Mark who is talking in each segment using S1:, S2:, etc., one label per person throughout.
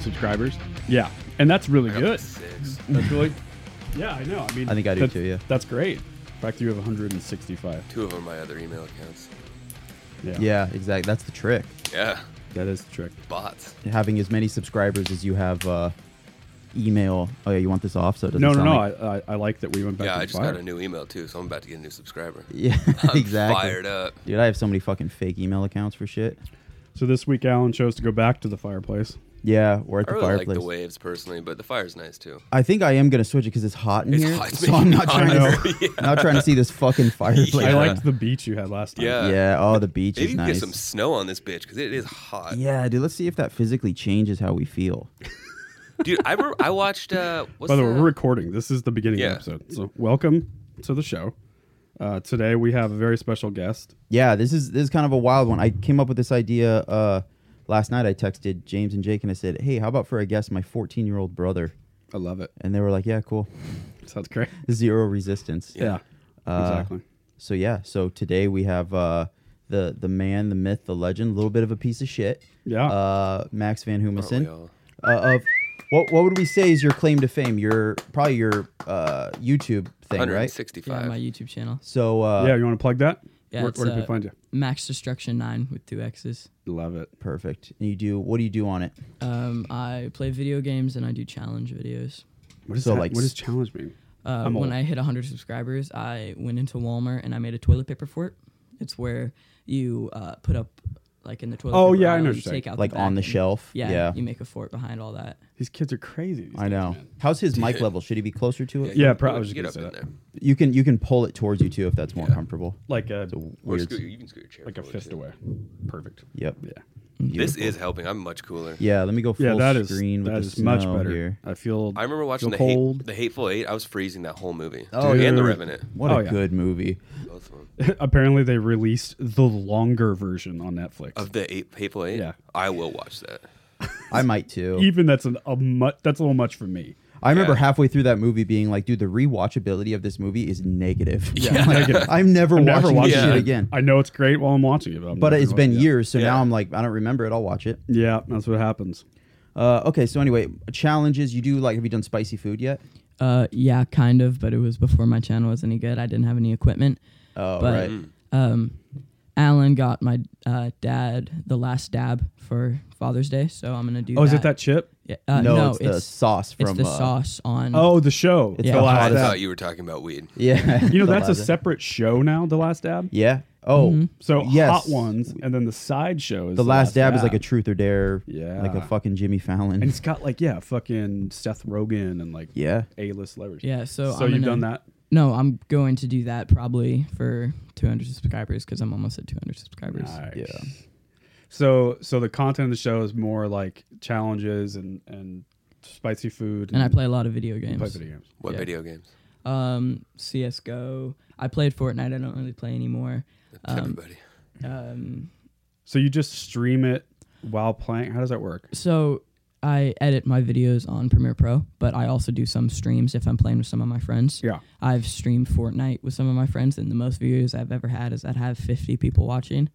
S1: subscribers.
S2: Yeah, and that's really good.
S1: That's really
S2: Yeah, I know. I mean,
S1: I think I do
S2: that-
S1: too, yeah.
S2: that's great. In fact, you have 165.
S3: Two of them are my other email accounts.
S2: Yeah,
S1: Yeah, exactly. That's the trick.
S3: Yeah,
S2: that is the trick.
S3: bots.
S1: Having as many subscribers as you have uh, email. Oh yeah, you want this off so it doesn't.
S2: No, no,
S1: sound
S2: no.
S1: like-
S2: I, I, I like that we went back
S3: yeah,
S2: to
S3: I
S2: the
S3: just
S2: fire.
S3: got a new email too, so I'm about to get a new subscriber.
S1: yeah,
S3: I'm
S1: exactly.
S3: Fired up.
S1: Dude, I have so many fucking fake email accounts for shit.
S2: so this week, Alan chose to go back to the fireplace.
S1: Yeah, or at
S3: I
S1: the
S3: really
S1: fireplace.
S3: like the waves personally, but the fire's nice too.
S1: I think I am gonna switch it because it's hot in
S3: It's
S1: here.
S3: hot.
S1: So I'm not
S3: I
S1: trying
S2: know.
S1: to not trying to see this fucking fireplace.
S3: Yeah.
S2: I liked the beach you had last time.
S3: Yeah.
S1: yeah. Oh, the beach
S3: Maybe
S1: is
S3: you can
S1: nice.
S3: get some snow on this bitch because it is hot.
S1: yeah, dude. Let's see if that physically changes how we feel.
S3: Dude, I re- I watched. Uh, what's
S2: By the way,
S3: that?
S2: we're recording. This is the beginning
S3: Yeah.
S2: of the episode. So welcome to the show. Uh, today we have a very special guest.
S1: Yeah, this is this is kind of a wild one. I came up with this idea uh, last night. I texted James and Jake and I said, "Hey, how about for a guest, my 14 year old brother?"
S2: I love it.
S1: And they were like, "Yeah, cool.
S2: Sounds great.
S1: Zero resistance."
S2: Yeah,
S1: Uh,
S2: exactly.
S1: So yeah, so today we have uh, the the man, the myth, the legend, a little bit of a piece of shit.
S2: Yeah.
S1: Uh, Max Van
S3: Aren't we
S1: Humison
S3: all?
S1: uh, of what what would we say is your claim to fame? Your probably your uh, YouTube thing, right?
S3: 165.
S4: Yeah, my YouTube channel.
S1: So uh,
S2: yeah, you want to plug that?
S4: Yeah,
S2: where
S4: it's,
S2: where can
S4: uh,
S2: we find you?
S4: Max Destruction 9 with two X's.
S2: Love it.
S1: perfect. And you do what do you do on it?
S4: Um, I play video games and I do challenge videos.
S2: What is
S1: So,
S2: that?
S1: like,
S2: what does challenge mean?
S4: Uh,
S2: I'm
S4: when
S2: old.
S4: I hit 100 subscribers, I went into Walmart and I made a toilet paper fort. It's where you uh, put up, like in the toilet
S2: Oh,
S4: paper
S2: yeah, I
S4: aisle,
S2: know what
S4: you
S2: you're saying.
S4: take out
S1: Like
S4: the
S1: on
S4: back
S1: the
S4: and-
S1: shelf?
S4: Yeah,
S1: Yeah.
S4: you make a fort behind all that.
S2: These kids are crazy. these
S1: I
S2: days,
S1: know.
S2: man.
S1: How's his mic level? Should he be closer to it?
S2: Yeah,
S3: you can
S2: probably
S3: do it.
S2: was
S3: You Get
S2: gonna
S3: up
S2: say
S3: in
S2: that.
S3: there.
S1: You can you can pull it towards you too if that's more comfortable.
S2: Like a
S3: Or
S1: Weird.
S3: scoot- you can scoot your chair.
S2: like a
S3: forward,
S2: fist
S3: too.
S2: away. Perfect.
S1: Yep.
S2: Yeah.
S3: This
S1: Beautiful.
S3: is helping. I'm much cooler.
S1: Yeah, let me go full
S2: Yeah, that is
S1: screen with
S2: that
S1: the
S2: is much
S1: snow
S2: better.
S1: here.
S2: I feel.
S3: I remember watching
S2: feel
S3: the,
S2: cold.
S3: hate, the Hateful Eight. I was freezing that whole movie.
S1: Oh,
S3: and The
S1: dude.
S3: Revenant.
S1: What
S2: Oh,
S1: a
S2: yeah.
S1: good movie.
S3: Both of them.
S2: Apparently, they released the longer version on Netflix.
S3: Of the eight, Hateful Eight?
S2: Yeah.
S3: I will watch that.
S1: I might too.
S2: Even that's an, a mu- that's a little much for me.
S1: I remember
S3: Yeah.
S1: halfway through that movie being like, dude, the rewatchability of this movie is negative.
S2: Yeah.
S1: Like,
S2: Negative.
S1: I'm never
S2: I'm
S1: watching
S2: never watching
S1: this
S3: it.
S1: shit
S3: Yeah.
S1: again.
S2: I know it's great while I'm watching it, but, I'm
S1: but
S2: never
S1: it's been
S2: watching it.
S1: years, so now
S3: Yeah.
S1: I'm like, I don't remember it. I'll watch it.
S2: Yeah, that's what happens.
S1: Uh, okay, so anyway, challenges. You do like, have you done spicy food yet?
S4: Uh, yeah, kind of, but it was before my channel was any good. I didn't have any equipment.
S1: Oh,
S4: But-
S1: right.
S4: Um, Alan got my uh, dad the last dab for Father's Day, so I'm gonna do.
S2: Oh, is it that chip?
S4: Yeah, uh,
S1: no,
S4: no,
S1: it's, the sauce from.
S4: it's the
S1: uh,
S4: sauce on.
S2: Oh, the show.
S1: It's
S4: Yeah.
S1: the
S4: Oh, I
S3: I
S1: hottest.
S3: thought you were talking about weed.
S1: yeah.
S2: You know
S1: The
S2: that's a Mm-hmm.
S1: last-
S2: separate show now. The Last Dab.
S1: Yeah. Oh,
S2: So
S1: Yes.
S2: hot ones, and then the side show is
S1: the last dab is like a truth or dare.
S2: Yeah.
S1: Like a fucking Jimmy Fallon.
S2: and it's got like yeah, fucking Seth Rogen and like
S1: yeah.
S2: A list celebrities.
S4: Yeah, so
S2: So
S4: I'm
S2: you've
S4: gonna-
S2: done that.
S4: No, I'm going to do that probably for 200 subscribers because I'm almost at 200 subscribers.
S2: Nice.
S1: Yeah.
S2: So so the content of the show is more like challenges and and spicy food.
S4: And I play a lot of video games.
S2: play video games.
S3: What
S4: Yeah.
S3: video games?
S4: Um, CS:GO. I played Fortnite. I don't really play anymore.
S3: That's everybody.
S4: Um,
S2: So you just stream it while playing. How does that work?
S4: so I edit my videos on Premiere Pro, but I also do some streams if I'm playing with some of my friends.
S2: Yeah.
S4: I've streamed Fortnite with some of my friends, and the most views I've ever had is I'd have 50 people watching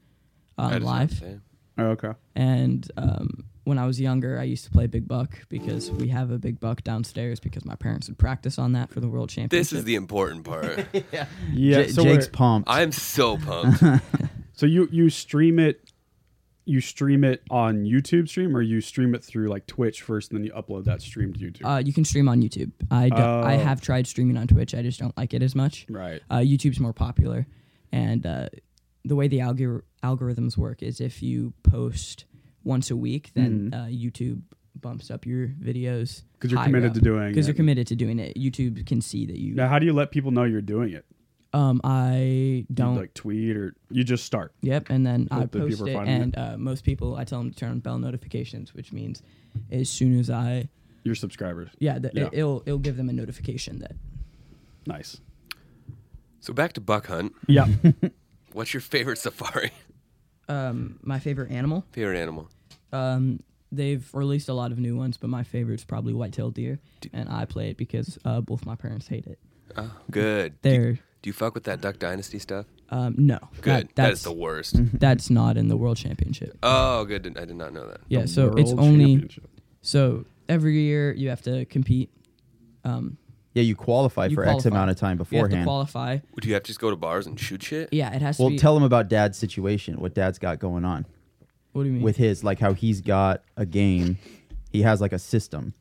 S3: That
S4: um,
S3: is
S4: live.
S3: insane.
S2: Oh, okay.
S4: And um, when I was younger, I used to play big buck because we have a big buck downstairs because my parents would practice on that for the world championship.
S3: This is the important part.
S2: Yeah.
S1: J-
S2: so
S1: Jake's
S2: wait,
S1: pumped.
S3: I'm so pumped.
S2: so you you stream it. You stream it on YouTube stream, or you stream it through like Twitch first, and then you upload that stream to YouTube.
S4: uh, you can stream on YouTube. I don't, I
S2: Oh.
S4: have tried streaming on Twitch. I just don't like it as much.
S2: right.
S4: Uh, YouTube's more popular, And uh, the way the algor- algorithms work is if you post once a week, then uh, YouTube bumps up your videos
S2: Mm-hmm. 'Cause you're committed to doing
S4: because
S2: it.
S4: you're committed to doing it. YouTube can see that you.
S2: Now, how do you let people know you're doing it?
S4: Um, I
S2: Do you,
S4: don't.
S2: like tweet or you just start.
S4: Yep, and then I
S2: Hope that people
S4: post
S2: are
S4: it,
S2: finding
S4: and uh, most people I tell them to turn on bell notifications, which means as soon as I
S2: Your subscribers.
S4: yeah, the,
S2: Yeah.
S4: It, will it'll give them a notification that
S2: Nice.
S3: So back to buck hunt.
S2: Yeah.
S3: What's your favorite safari?
S4: um, my favorite animal.
S3: favorite animal?
S4: Um, they've released a lot of new ones, but my favorite's probably white-tailed deer, and I play it because uh, both my parents hate it.
S3: Oh, good. Do,
S4: They're
S3: do you fuck with that Duck Dynasty stuff?
S4: um, no
S3: Good.
S4: That,
S3: that is
S4: that's Mm-hmm.
S3: the worst.
S4: that's not in the world championship.
S3: oh, good. I did not know that.
S4: Yeah,
S2: The
S4: so it's
S2: World
S4: only
S2: Championship.
S4: so every year you have to compete. Um,
S1: Yeah, you qualify
S4: you
S1: for X
S4: qualify.
S1: amount of time
S4: You have to
S1: beforehand.
S4: qualify.
S3: Do you have to just go to bars and shoot shit?
S4: Yeah, it has to
S1: Well,
S4: be.
S1: tell them about dad's situation, what dad's got going on
S4: what do you mean?
S1: with his, like how he's got a game. He has like a system,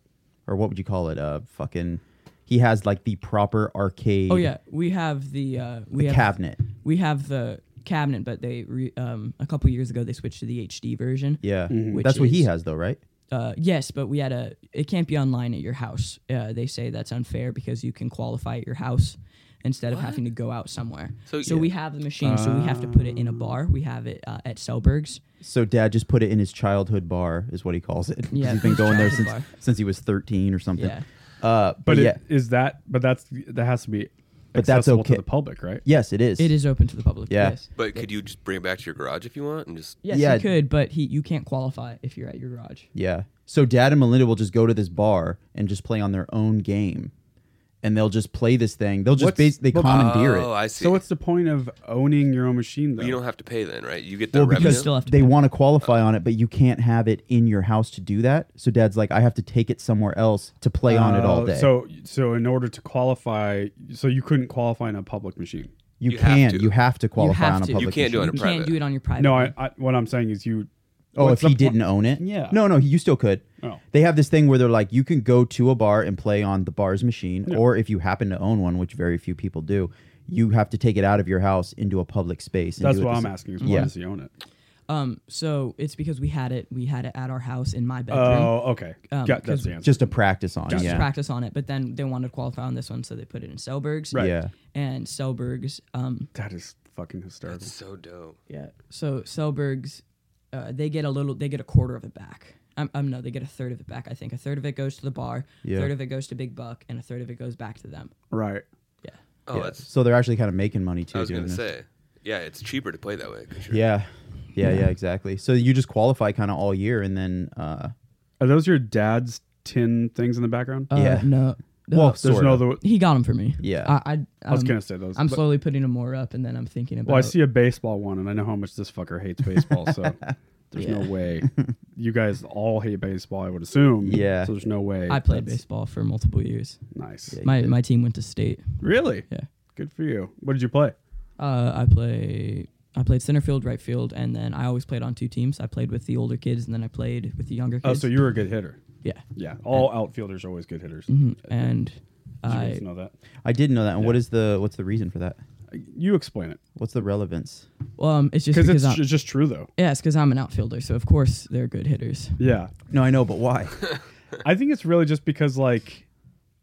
S1: or what would you call it? Uh, fucking. He has like the proper arcade.
S4: Oh yeah, we have the uh, we
S1: The
S4: have
S1: cabinet.
S4: We have the cabinet, but they re, um, a couple years ago they switched to the HD version.
S1: Yeah.
S2: Mm-hmm.
S4: Which
S1: That's what he
S4: is-
S1: has though, right?
S4: Uh, yes, but we had a it can't be online at your house. Uh, they say that's unfair because you can qualify at your house instead of having to go out somewhere.
S3: So-
S4: So, we have the machine, so we have to put it in a bar. We have it uh, at Selberg's.
S1: So dad just put it in his childhood bar, is what he calls it. 'Cause
S4: Yeah,
S1: he's been
S4: his
S1: going there since
S4: childhood
S1: since he was thirteen or something.
S4: Yeah.
S1: Uh, but,
S2: But it-
S1: yeah,
S2: is that? But that's that has to be.
S1: But that's
S2: accessible
S1: okay.
S2: to the public, right?
S1: yes, it is.
S4: It is open to the public.
S1: Yeah.
S4: Yes.
S3: But could you just bring it back to your garage if you want and just
S4: Yes,
S1: Yeah.
S4: you could, but he you can't qualify if you're at your garage.
S1: Yeah. So dad and Melinda will just go to this bar and just play on their own game, and they'll just play this thing. They'll just
S2: What's-
S1: bas- they
S2: but-
S1: commandeer
S3: Oh,
S1: it.
S3: I see.
S2: So what's the point of owning your own machine though?
S3: you don't have to pay then, right? You get the
S1: Well,
S3: revenue.
S1: because
S4: still have to
S1: they
S4: pay.
S1: want to qualify on it, but you can't have it in your house to do that. So dad's like, I have to take it somewhere else to play on it
S3: Oh,
S1: all
S2: Uh,
S1: day.
S2: So so in order to qualify, so you couldn't qualify in a public machine.
S1: you,
S3: you have
S1: can,
S3: to.
S1: you have to qualify
S4: have
S1: on a
S4: to. You
S1: public.
S3: can't do it on a
S1: machine.
S4: You
S3: private.
S4: can't do it on your private.
S2: No, I, I what I'm saying is you.
S1: Oh,
S2: what's
S1: if
S2: the
S1: he
S2: po-
S1: didn't own it?
S2: Yeah.
S1: No, no, you still could.
S2: Oh.
S1: They have this thing where they're like, you can go to a bar and play on the bar's machine, or if you happen to own one, which very few people do, you have to take it out of your house into a public space. and
S2: That's
S1: do it
S2: what
S1: the
S2: I'm
S1: s-
S2: asking. Is why
S1: Yeah.
S2: does he own it?
S4: Um, so it's because we had it. We had it at our house in my
S2: Oh,
S4: bedroom.
S2: okay.
S4: Um,
S2: Got, that's
S4: 'cause
S2: the answer.
S1: Just to practice on.
S4: just
S1: yeah.
S4: to practice on it. But then they wanted to qualify on this one, so they put it in Selberg's.
S2: Right.
S1: Yeah.
S4: And Selberg's, um,
S2: that is fucking hysterical.
S3: so dope.
S4: yeah. So Selberg's, uh, they get a little, they get a quarter of it back. Um, um, no, they get a third of it back. I think a third of it goes to the bar,
S1: Yeah.
S4: a third of it goes to Big Buck, and a third of it goes back to them.
S2: Right.
S4: Yeah.
S3: Oh,
S1: Yeah.
S3: that's.
S1: So they're actually kind of making money too.
S3: I was
S1: doing
S3: gonna
S1: this.
S3: say. Yeah, it's cheaper to play that way. 'cause you're-
S1: Yeah. Yeah, yeah, exactly. So you just qualify kind of all year, and then uh,
S2: Are those your dad's tin things in the background?
S4: Uh,
S1: Yeah.
S4: No.
S1: well,
S4: Uh,
S2: There's
S1: sort
S2: no
S1: of.
S2: other.
S4: he got them for me.
S1: Yeah.
S4: I, I,
S2: I was
S4: um,
S2: gonna say those.
S4: I'm
S2: but-
S4: slowly putting them more up, and then I'm thinking about.
S2: Well, I see a baseball one, and I know how much this fucker hates baseball. So there's no
S4: Yeah.
S2: way. You guys all hate baseball, I would assume.
S1: Yeah.
S2: So there's no way.
S4: I played
S2: that's
S4: baseball for multiple years.
S2: Nice.
S1: Yeah. you
S4: My
S1: did.
S4: my team went to state.
S2: Really?
S4: Yeah.
S2: Good for you. What did you play?
S4: Uh, I play. I played center field, right field, and then I always played on two teams. I played with the older kids, and then I played with the younger
S2: Oh,
S4: kids.
S2: so you were a good hitter.
S4: yeah.
S2: Yeah. All outfielders are always good hitters.
S4: Mhm. And
S2: Did you
S4: I
S2: guys know that?
S1: I did know that. And what is the what's the reason for that?
S2: You explain it
S1: What's the relevance?
S4: um, it's just
S2: because
S4: because
S2: it's,
S4: I'm,
S2: ju- just true though.
S4: yeah, it's because I'm an outfielder, so of course they're good hitters.
S2: Yeah.
S1: No, I know, but why?
S2: I think it's really just because like,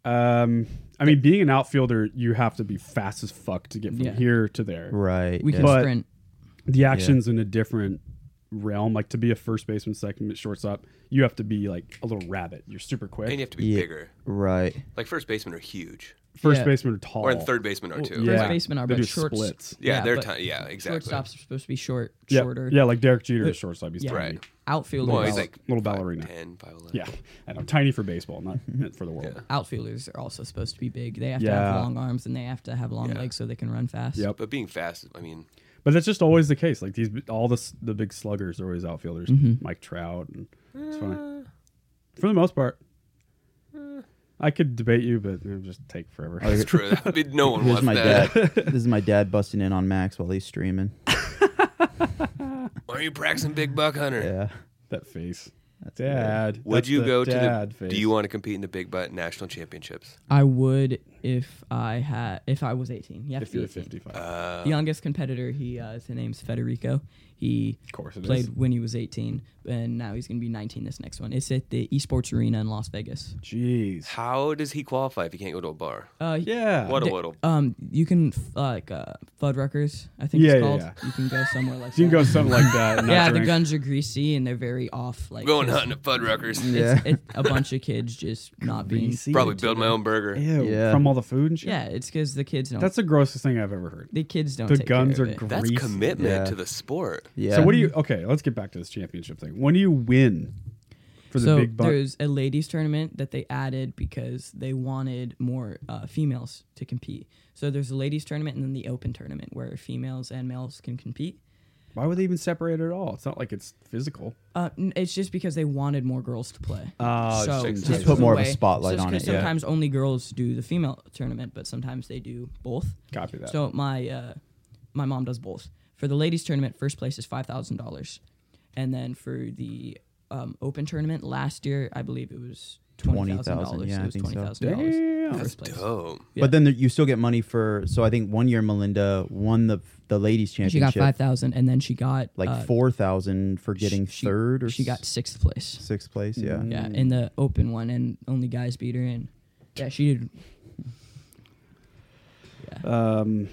S2: um, I mean, being an outfielder, you have to be fast as fuck to get from
S4: Yeah.
S2: here to there.
S1: right.
S4: We
S1: yeah.
S4: can
S2: But-
S4: sprint.
S2: the action's in a different realm. Like to be a first baseman, second shortstop, you have to be like a little rabbit. You're super quick.
S3: And you have to be
S1: Yeah.
S3: bigger.
S1: right.
S3: Like first basemen are huge,
S2: first
S4: Yeah.
S2: baseman are tall.
S3: or in third basemen are too.
S2: yeah.
S4: First baseman are
S2: They
S4: but
S2: do
S4: shorts-
S2: splits.
S3: Yeah, they're
S4: but
S3: tiny. Yeah, exactly.
S4: Shortstops are supposed to be short,
S2: Yeah.
S4: shorter.
S2: Yeah, like Derek Jeter is shortstop. He's
S4: yeah.
S2: tiny.
S3: Right.
S4: Outfielders.
S3: Well, he's like
S2: Little
S3: five
S2: ballerina.
S3: ten, five eleven.
S2: Yeah, I know. Tiny for baseball, not meant for the world.
S4: outfielders are also supposed to be big. They have to
S2: Yeah.
S4: have long arms and they have to have long legs so they can run fast.
S2: Yep.
S3: But being fast, I mean,
S2: But that's just always the case. Like these, all the s- the big sluggers are always outfielders. Mike Trout, and it's
S3: Uh.
S2: funny. For the most part, I could debate you, but it would just take forever.
S3: it's true. That would be- no one
S1: Here's
S3: wants
S1: my
S3: that.
S1: dad. this is my dad busting in on Max while he's streaming.
S3: Why are you practicing big buck hunter?
S1: Yeah.
S2: that face. Dad.
S3: Would
S2: that's
S3: you
S2: the
S3: go to
S2: dad
S3: the?
S2: Face.
S3: Do you want to compete in the Big Butt National Championships?
S4: I would if I had if I was 18. You have
S2: If
S4: to be
S2: you're
S4: 18.
S2: 55,
S3: Uh,
S4: The youngest competitor, he uh, his name's Federico. He
S2: of course it is.
S4: played when he was 18, and now he's gonna be 19. This next one, it's at the Esports Arena in Las Vegas.
S2: Jeez.
S3: How does he qualify if he can't go to a bar?
S4: Uh,
S2: Yeah.
S3: What a
S4: They-
S3: little.
S4: Um, you can f- uh, like uh, Fuddruckers, I think
S2: Yeah, yeah,
S4: it's called.
S2: yeah.
S4: You can go somewhere like
S2: You can
S4: that.
S2: go something like that. and not
S4: yeah, the
S2: drink.
S4: guns are greasy and they're very off. Like
S3: Going
S4: just-
S3: hunting at Fuddruckers.
S4: It's, it's a bunch of kids just not being.
S2: Greasy.
S3: Probably build my own burger.
S2: Ew,
S1: Yeah.
S2: From all the food and shit.
S4: Yeah, it's because the kids don't.
S2: That's the grossest thing I've ever heard.
S4: the kids don't.
S2: the
S4: take care
S2: guns
S4: of
S2: are
S4: it.
S2: gr-
S3: That's
S2: Grease.
S3: commitment
S1: Yeah.
S3: to the sport.
S1: Yeah.
S2: So what do you? Okay, let's get back to this championship thing. When do you win for the
S4: so
S2: big buck?
S4: there's a ladies tournament that they added because they wanted more uh, females to compete. So there's a ladies tournament and then the open tournament where females and males can compete.
S2: Why would they even separate it at all? It's not like it's physical.
S4: Uh, n- it's just because they wanted more girls to play.
S2: Oh,
S4: so
S3: just
S4: this
S3: put
S4: was
S1: more of a
S4: way-
S1: spotlight
S4: so it's
S1: on
S4: 'cause
S1: it, yeah.
S4: Sometimes only girls do the female tournament, but sometimes they do both.
S2: Copy that.
S4: So my uh, my mom does both. For the ladies tournament, first place is five thousand dollars, and then for the um, open tournament last year, I believe it was twenty thousand
S1: $20,000,
S4: dollars.
S1: yeah, I
S4: it was
S1: think so.
S4: twenty thousand
S2: Damn.
S4: dollars. First place.
S3: Dope.
S4: Yeah.
S1: But then there, you still get money for. So I think one year Melinda won the the ladies
S4: She
S1: championship.
S4: got five thousand, and then she got
S1: like
S4: uh,
S1: four thousand for getting
S4: she-
S1: third or
S4: She got Mm-hmm.
S1: s-
S4: sixth place.
S1: sixth place. Yeah.
S4: Yeah, in the open one, and only guys beat her. And yeah, she did.
S2: um,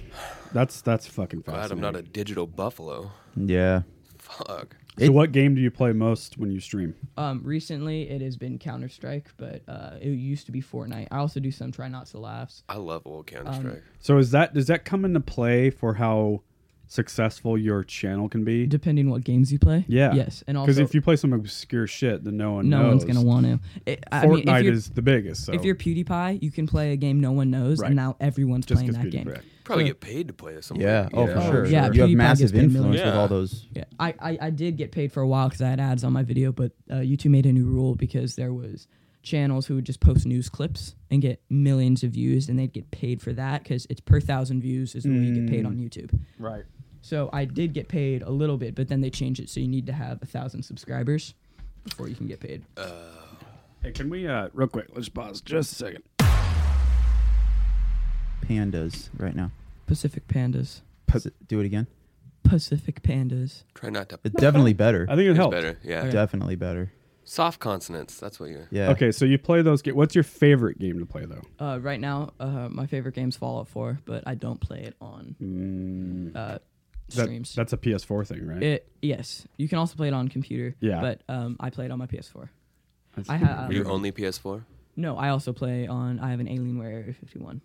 S2: that's that's fucking
S3: God,
S2: fascinating.
S3: I'm not a digital buffalo.
S1: Yeah.
S3: Fuck.
S2: so what game do you play most when you stream?
S4: Um, recently, it has been Counter Strike, but uh, it used to be Fortnite. I also do some try not to laughs.
S3: I love old Counter Strike.
S2: So is that does that come into play for how successful your channel can be?
S4: depending what games you play.
S2: Yeah.
S4: Yes, and
S2: because
S4: also
S2: if you play some obscure shit, then no one
S4: no one's
S2: knows.
S4: gonna want to. It, I mean,
S2: Fortnite
S4: if you're,
S2: is the biggest. So
S4: if you're PewDiePie, you can play a game no one knows,
S2: Right.
S4: and now everyone's
S2: just
S4: playing
S2: because
S4: that game.
S2: PewDiePie.
S3: Probably
S4: So-
S3: get paid to play this. somewhere.
S1: Yeah. Oh,
S2: Yeah.
S1: for sure.
S4: Yeah,
S1: You have
S4: PewDiePie
S1: massive
S4: gets paid
S1: influence
S3: millions.
S1: with
S3: Yeah.
S1: all those.
S4: Yeah, I, I, I did get paid for a while because I had ads on my video, but uh, YouTube made a new rule because there was channels who would just post news clips and get millions of views, and they'd get paid for that because it's per thousand views is the way you get paid on
S2: Mm.
S4: YouTube.
S2: Right.
S4: So I did get paid a little bit, but then they changed it so you need to have a thousand subscribers before you can get paid.
S2: Hey, can we uh real quick? Let's pause just a second.
S1: pandas right now.
S4: Pacific Pandas.
S1: S- Do it again.
S4: Pacific Pandas.
S3: Try not to.
S1: It's definitely better.
S2: I think it
S3: It's
S2: helped.
S3: better. Yeah.
S1: definitely better.
S3: Soft consonants. That's what you're.
S1: Yeah.
S2: Okay, so you play those games. What's your favorite game to play though?
S4: Uh, right now, uh, my favorite game's Fallout 4, but I don't play it on uh,
S2: Mm. That-
S4: streams.
S2: That's a PS4 thing, right?
S4: it, yes, you can also play it on computer.
S2: Yeah.
S4: But um, I play it on my PS4. I ha-
S3: Are you only PS4?
S4: no, I also play on. I have an Alienware Area 51.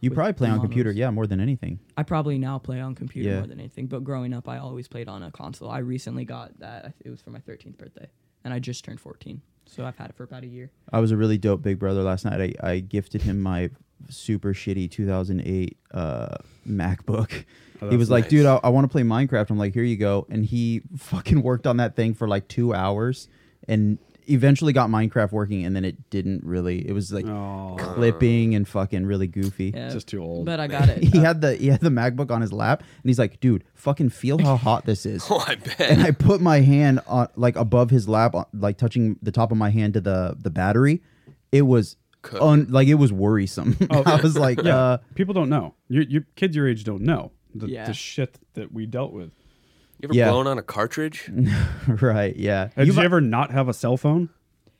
S1: You
S4: with
S1: probably play
S4: the
S1: on computer,
S4: models.
S1: yeah, more than anything.
S4: I probably now play on computer
S1: Yeah.
S4: more than anything, but growing up, I always played on a console. I recently got that. I th- It was for my 13th birthday, and I just turned 14, so I've had it for about a year.
S1: I was a really dope big brother last night. I, I gifted him my super shitty 2008 uh, MacBook. he was like,
S3: nice.
S1: dude, I, I want to play Minecraft. I'm like, here you go. And he fucking worked on that thing for like two hours and eventually got Minecraft working. And then it didn't really, it was like
S2: Oh.
S1: clipping and fucking really goofy.
S4: Yeah,
S2: Just too old.
S4: But I got it.
S1: He
S4: Uh,
S1: had the he had the MacBook on his lap, and he's like, "Dude, fucking feel how hot this is."
S3: Oh, I bet.
S1: and I put my hand on like above his lap, on- like touching the top of my hand to the the battery. It was
S3: Cooked.
S1: un, like it was worrisome.
S2: Oh,
S1: I was like, uh,
S2: People don't know. You, you kids your age don't know the,
S4: Yeah.
S2: the shit that we dealt with.
S3: You ever
S1: Yeah.
S3: blown on a cartridge?
S1: right, yeah.
S2: Did
S1: You've-
S2: you ever not have a cell phone?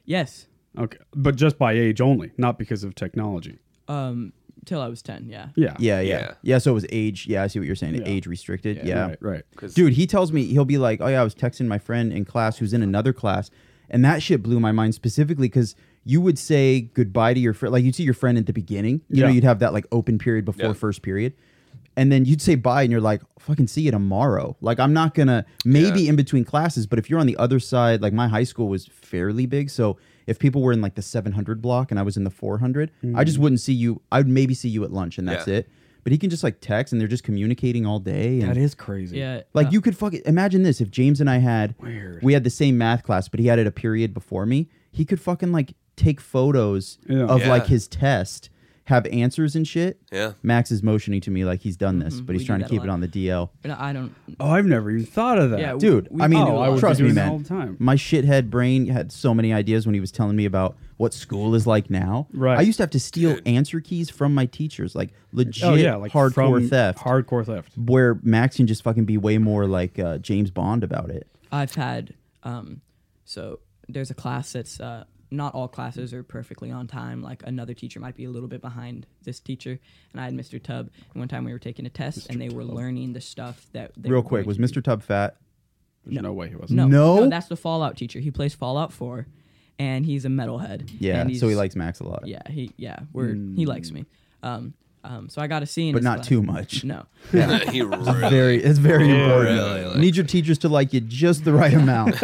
S4: yes,
S2: Okay, but just by age only, not because of technology.
S4: um, till I was 10. Yeah.
S2: Yeah.
S1: yeah, yeah, yeah,
S3: Yeah.
S1: So it was age. Yeah, I see what you're saying.
S2: Yeah.
S1: Age restricted. Yeah,
S2: Right. Right.
S3: 'Cause-
S1: dude. He tells me he'll be like, "Oh yeah, I was texting my friend in class who's in another class," and that shit blew my mind specifically because. You would say goodbye to your friend, like you'd see your friend at the beginning. You know,
S2: Yeah.
S1: you'd have that like open period before
S3: Yeah.
S1: first period, and then you'd say bye, and you're like, "Fucking see you tomorrow." Like I'm not gonna maybe in between classes, but if you're on the other side, like my high school was fairly big, so if people were in like the 700 block and I was in the 400, I just wouldn't see you. I would maybe see you at lunch, and that's
S3: Mm. Yeah.
S1: it. But he can just like text, and they're just communicating all day. And
S2: is crazy.
S4: Yeah.
S1: like
S4: uh,
S1: you could fucking imagine this if James and I had
S2: Weird.
S1: we had the same math class, but he had it a period before me. He could fucking like take photos
S2: Yeah.
S1: of like
S3: Yeah.
S1: his test. have answers and shit.
S3: Yeah.
S1: Max is motioning to me like he's done
S2: Mm-hmm.
S1: this, but
S4: we
S1: he's
S4: do
S1: trying to
S4: that a
S1: keep it
S4: lot.
S1: on the DL.
S4: And I don't.
S2: Oh, I've never even thought of that.
S4: Yeah, w-
S1: Dude,
S4: we
S1: I mean,
S2: Oh,
S4: do a lot.
S1: trust
S2: We're
S1: me,
S2: doing that
S1: man.
S2: all the time.
S1: My shithead brain had so many ideas when he was telling me about what school is like now.
S2: Right.
S1: I used to have to steal answer keys from my teachers, like legit
S2: Oh yeah, like
S1: hardcore
S2: from
S1: theft.
S2: Hardcore theft.
S1: where Max can just fucking be way more like uh, James Bond about it.
S4: I've had um, so there's a class that's uh, not all classes are perfectly on time. Like another teacher might be a little bit behind this teacher, and I had Mr. Tubb. And one time we were taking a test, and they were learning the stuff that they
S1: Real
S4: were
S1: quick,
S4: going
S1: was
S4: to
S1: Mr. Tubb fat?
S2: There's no, way he wasn't.
S4: No,
S1: No?
S4: that's the Fallout teacher. He plays Fallout Four, and he's a metalhead.
S1: Yeah,
S4: and
S1: so he
S4: he's-
S1: likes Max a lot.
S4: Yeah, he yeah, we're he likes me. Um, um, so I got a scene,
S1: But not too much.
S4: No,
S3: he really,
S1: Very, it's very important.
S3: really, like-
S1: Need your teachers to like you just the right amount,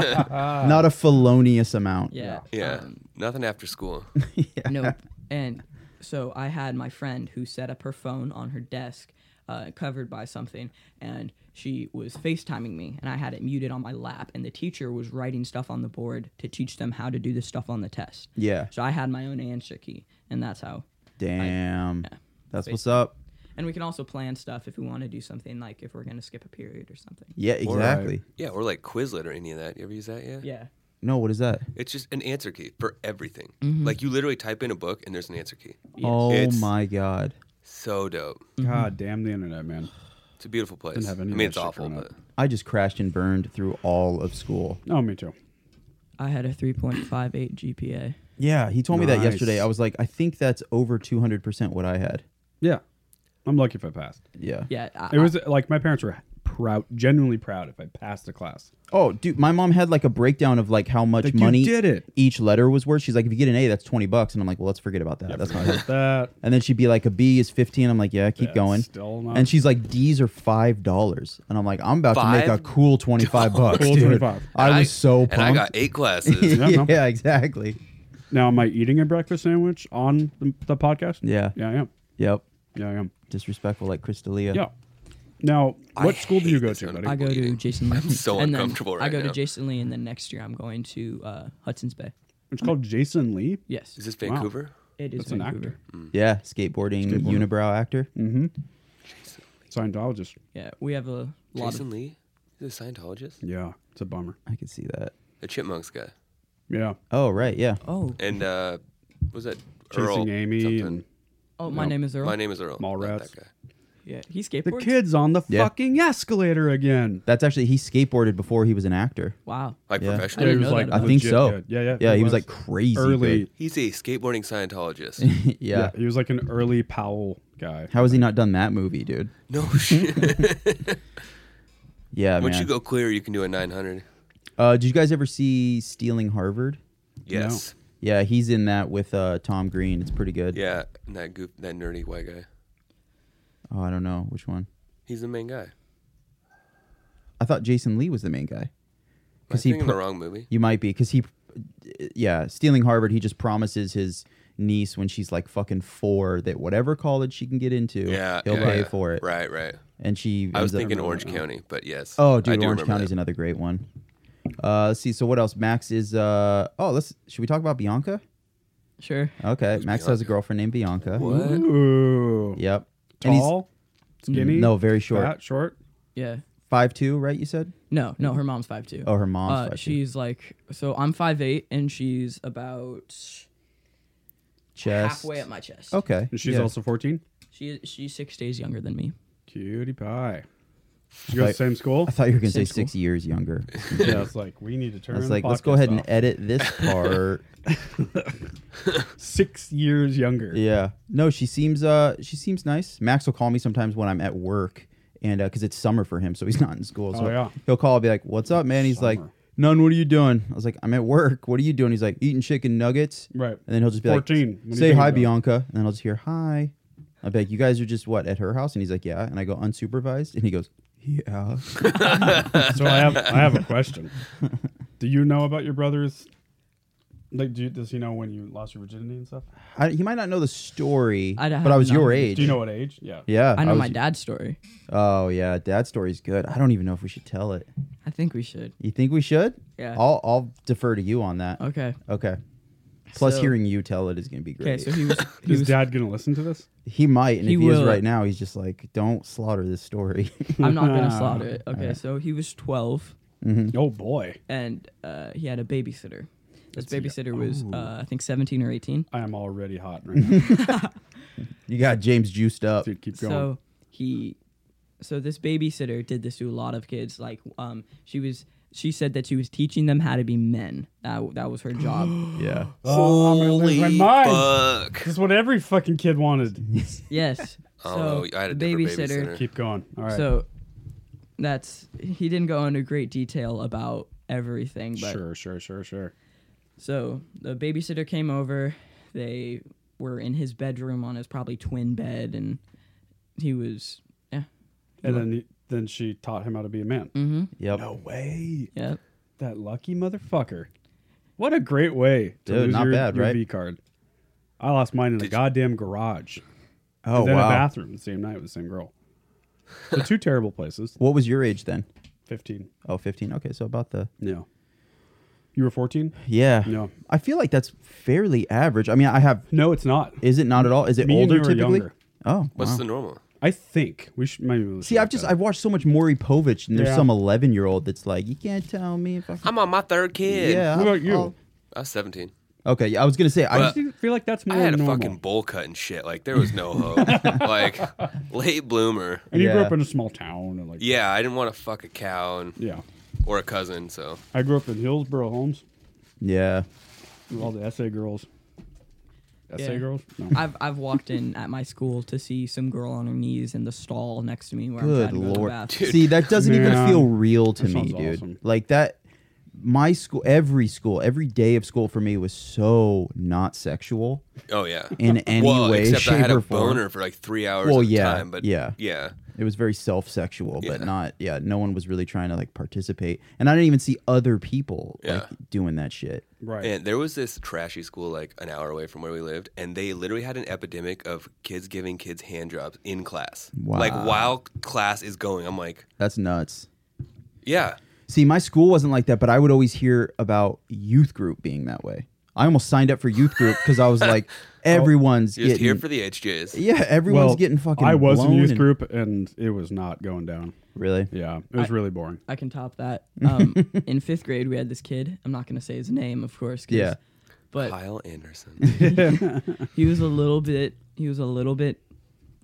S1: not a felonious amount.
S4: yeah,
S3: yeah. Nothing after school.
S4: Nope. And so I had my friend who set up her phone on her desk, uh, covered by something, and she was FaceTiming me, and I had it muted on my lap, and the teacher was writing stuff on the board to teach them how to do the stuff on the test.
S1: Yeah.
S4: So I had my own answer key, and that's how.
S1: Damn, that's what's up.
S4: And we can also plan stuff if we want to do something like if we're going to skip a period or something.
S1: Yeah, exactly.
S3: Yeah, or like Quizlet or any of that. You ever use that yet?
S4: Yeah.
S1: No, what is that?
S3: It's just an answer key for everything. Like you literally type in a book and there's an answer key.
S1: Oh
S3: It's-
S1: my god.
S3: So dope.
S2: God damn the internet, man.
S3: It's a beautiful place.
S2: Didn't have any
S3: I
S2: of
S3: mean,
S2: that
S3: it's
S2: shit
S3: awful,
S2: growing
S3: but
S2: up.
S1: I just crashed and burned through all of school.
S2: Oh, me too.
S4: I had a 3.58 GPA.
S1: Yeah, he told me that
S2: Nice.
S1: yesterday. I was like, I think that's over 200% what I had.
S2: Yeah, I'm lucky if I passed.
S1: Yeah.
S4: Yeah. I,
S2: It was
S1: uh,
S2: like my parents were proud, genuinely proud if I passed the class.
S1: Oh, dude, my mom had like a breakdown of like how much
S2: Like, you
S1: money
S2: did it.
S1: each letter was worth. She's like, if you get an A, that's 20 bucks. And I'm like, well, let's forget about that. that's not it.
S2: That
S1: And then she'd be like, a B is 15. I'm like, yeah, keep
S2: That's
S1: going.
S2: still not-
S1: And she's like, D's are $5. And I'm like, I'm about to make a
S3: Five
S1: cool 25 bucks.
S2: Cool
S1: dude.
S2: 25.
S1: I
S3: And
S1: was so pumped.
S3: And I got eight classes.
S2: Yeah, no.
S1: yeah, exactly.
S2: now am I eating a breakfast sandwich on the, the podcast?
S1: Yeah.
S2: yeah, I am.
S1: Yep.
S2: Yeah, I am.
S1: Disrespectful like Crystalia.
S2: Yeah. Now,
S3: I
S2: what school do you
S3: hate
S2: go
S3: this
S2: to,
S3: one.
S2: buddy?
S4: I go to Jason Lee.
S3: I'm so
S4: and then
S3: uncomfortable
S4: I
S3: right
S4: go to
S3: now.
S4: Jason Lee, and then next year I'm going to uh, Hudson's Bay.
S2: It's called Jason Lee.
S4: Yes.
S3: Is this Vancouver?
S4: It is
S2: That's an actor.
S1: Yeah. Skateboarding, unibrow actor.
S2: Mm. Scientologist.
S4: Yeah, we have a lot
S3: Jason
S4: of.
S3: Lee? He's a Scientologist?
S2: Yeah, it's a bummer.
S1: I could see that.
S3: The Chipmunks guy.
S2: Yeah,
S1: Oh, right. Yeah.
S4: Oh,
S3: And uh, what was that
S2: chasing
S3: Earl?
S2: Amy
S3: something.
S2: and
S4: oh, my name is Earl.
S3: My name is Earl. not
S2: Mallrats.
S3: That guy.
S4: Yeah, he
S2: the
S4: skateboards.
S2: kids on the
S1: Yeah.
S2: fucking escalator again.
S1: That's actually, he skateboarded before he was an actor.
S4: Wow.
S3: Like
S1: Yeah.
S3: professional.
S4: didn't know that
S1: I think
S2: legit
S1: so.
S2: good. Yeah, yeah.
S1: Yeah, he was, like crazy
S2: early.
S3: He's a skateboarding Scientologist.
S1: good.
S2: Yeah.
S1: yeah.
S2: he was like an early Powell guy.
S1: How has he not done that movie, dude?
S3: no shit.
S1: Yeah,
S3: Once
S1: man.
S3: you go clear, you can do a 900.
S1: uh, did you guys ever see Stealing Harvard?
S3: Yes.
S1: Yeah, he's in that with uh, Tom Green. It's pretty good.
S3: Yeah. And that goof, that nerdy white guy.
S1: Oh, I don't know which one.
S3: He's the main guy.
S1: I thought Jason Lee was the main guy.
S3: Am I
S1: he
S3: thinking
S1: put-
S3: the wrong movie?
S1: You might be because he, yeah, Stealing Harvard. He just promises his niece when she's like fucking four that whatever college she can get into,
S3: Yeah.
S1: he'll
S3: yeah,
S1: pay
S3: yeah.
S1: for it.
S3: Right, right.
S1: And she.
S3: I was
S1: ends up-
S3: thinking Orange County, but yes.
S1: Oh,
S3: I
S1: dude,
S3: do
S1: Orange
S3: remember
S1: County's
S3: that.
S1: another great one. Uh, let's see. So what else? Max is. Uh, oh, let's. Should we talk about Bianca?
S4: Sure.
S1: Okay, Max has
S3: Bianca?
S1: a girlfriend named Bianca.
S3: What?
S2: Ooh,
S1: Yep. And he's Mm,
S2: tall, skinny.
S1: No, very short.
S2: Fat, short.
S4: Yeah.
S1: five two, right? You said.
S4: No, no, her mom's five two.
S1: Oh, her mom's
S4: Uh,
S1: 5'2".
S4: she's like, so I'm five eight, and she's about
S1: Chest.
S4: halfway at my chest.
S1: Okay.
S2: And she's
S1: yeah.
S2: also 14.
S4: She she's six days younger than me.
S2: Cutie pie. You go to the
S1: Like-
S2: same school?
S1: I thought you were gonna say
S4: Same
S1: six years younger.
S2: yeah, it's like, we need to turn
S1: I was
S2: the
S1: like, let's go
S2: podcast
S1: ahead and
S2: off.
S1: edit this part.
S2: Six years younger.
S1: yeah. No, she seems uh she seems nice. Max will call me sometimes when I'm at work, and because it's summer for him, so he's not in school. So
S2: Oh, yeah.
S1: he'll call and be like, "What's up, man?" He's like,
S2: Summer.
S1: "None. What are you doing?" I was like, "I'm at work. What are you doing?" He's like, "Eating chicken nuggets."
S2: Right.
S1: And then he'll just be
S2: 14. What do
S1: like,
S2: you
S1: "Say
S2: think
S1: hi,
S2: about it?"
S1: Bianca," and then I'll just hear hi. I'll be like, "You guys are just what at her house?" And he's like, "Yeah." And I go unsupervised, and he goes, "Yeah."
S2: So I have I have a question. Do you know about your brother's? Like, do you, does he know when you lost your virginity and stuff?
S1: I, he might not know the story,
S4: I don't
S1: but I
S4: have
S1: was your
S4: none.
S1: age.
S2: Do you know what age? Yeah.
S1: Yeah,
S4: I know
S1: was-
S4: my dad's story.
S1: Oh yeah, dad's story's good. I don't even know if we should tell it.
S4: I think we should.
S1: You think we should?
S4: Yeah.
S1: I'll I'll defer to you on that.
S4: Okay.
S1: Okay. Plus,
S4: So-
S1: hearing you tell it is going to be
S4: Okay,
S1: great.
S4: so he was he
S2: Is
S4: was
S2: dad gonna listen to this?
S1: he might, and
S4: He
S1: if he is
S4: will.
S1: right now, he's just like, "Don't slaughter this story."
S4: I'm not gonna slaughter it. Okay, so he was 12
S1: Hmm.
S2: Oh boy,
S4: and uh, he had a babysitter. This babysitter was uh, I think 17 or 18.
S2: I am already hot right now.
S1: you got James juiced up.
S2: Dude, keep going.
S4: So he, so this babysitter did this to a lot of kids. Like, um, she was she said that she was teaching them how to be men. That that was her job.
S1: Yeah,
S2: Oh, I'm gonna lose
S3: Holy
S2: my mind.
S3: fuck!
S2: This is what every fucking kid wanted.
S4: yes.
S3: I
S4: So
S3: don't know. I Oh, had a
S4: the
S3: different
S4: babysitter.
S3: babysitter.
S2: Keep going. All right.
S4: So that's he didn't go into great detail about everything, but
S2: sure, sure, sure, sure.
S4: so the babysitter came over. They were in his bedroom on his probably twin bed, and he was yeah
S2: And then he- then she taught him how to be a man.
S1: yep.
S2: No way.
S4: yeah.
S2: That lucky motherfucker. What a great way to
S1: Dude,
S2: lose
S1: not
S2: your,
S1: bad,
S2: your
S1: right?
S2: V card. I lost mine in the
S3: Did you-
S2: goddamn garage.
S1: Oh
S2: and then
S1: wow.
S2: a bathroom the same night with the same girl. So two terrible places.
S1: What was your age then?
S2: Fifteen.
S1: Oh, 15. Okay, so about the
S2: No. You were fourteen?
S1: yeah.
S2: No.
S1: I feel like that's fairly average. I mean, I have.
S2: No, it's not.
S1: Is it not at all? Is it
S2: Me and
S1: older
S2: you were
S1: typically?
S2: younger.
S1: Oh,
S3: What's
S1: wow.
S3: the normal?
S2: I think we should maybe. we'll
S1: See,
S2: look
S1: I've just
S2: that up.
S1: I've watched so much Maury Povich, and there's
S2: Yeah.
S1: some 11 year old that's like, you can't tell me if I. Can.
S3: I'm on my third kid.
S1: yeah.
S2: What
S1: I'll-
S2: about you?
S1: I'll-
S3: I was 17.
S1: okay, yeah, I was gonna say I
S3: But-
S1: just
S2: I do feel like that's more
S3: I had a
S2: normal.
S3: fucking bowl cut and shit. Like there was no hope. like late bloomer.
S2: And you grew
S1: Yeah.
S2: up in a small town and like
S3: Yeah, I didn't want to fuck a cow and
S2: yeah.
S3: or a cousin. So
S2: I grew up in Hillsborough Homes
S1: yeah.
S2: with all the SA girls. SA
S4: Yeah.
S2: girls? No.
S4: I've I've walked in at my school to see some girl on her knees in the stall next to me where
S1: Good
S4: I'm trying to go to the
S1: lord.
S4: bathroom.
S1: See, that doesn't even
S2: Man.
S1: feel real to
S2: That
S1: me,
S2: sounds
S1: dude.
S2: awesome.
S1: Like that my school every school, every day of school for me was so not sexual
S3: oh yeah.
S1: in any
S3: well,
S1: way,
S3: except
S1: shape
S3: I had
S1: or
S3: a
S1: form.
S3: boner for like three hours.
S1: Well,
S3: at a
S1: yeah,
S3: time, but
S1: yeah.
S3: yeah.
S1: It was very self sexual, but
S3: Yeah.
S1: not yeah, no one was really trying to like participate. And I didn't even see other people like
S3: Yeah.
S1: doing that shit.
S2: right.
S3: And there was this trashy school like an hour away from where we lived, and they literally had an epidemic of kids giving kids hand jobs in class. Like
S1: Wow.
S3: while class is going, I'm like,
S1: That's nuts.
S3: yeah,
S1: See, my school wasn't like that, but I would always hear about youth group being that way. I almost signed up for youth group because I was like, everyone's
S3: you're just
S1: getting
S3: here for the HJs.
S1: yeah, everyone's
S2: Well,
S1: getting fucking.
S2: I was in
S1: blown
S2: youth
S1: and-
S2: group and it was not going down.
S1: Really?
S2: Yeah. It was really boring.
S4: I can top that. Um, in fifth grade, we had this kid. I'm not gonna say his name, of course. 'cause-
S1: Yeah.
S4: But
S3: Kyle Anderson.
S4: he was a little bit. He was a little bit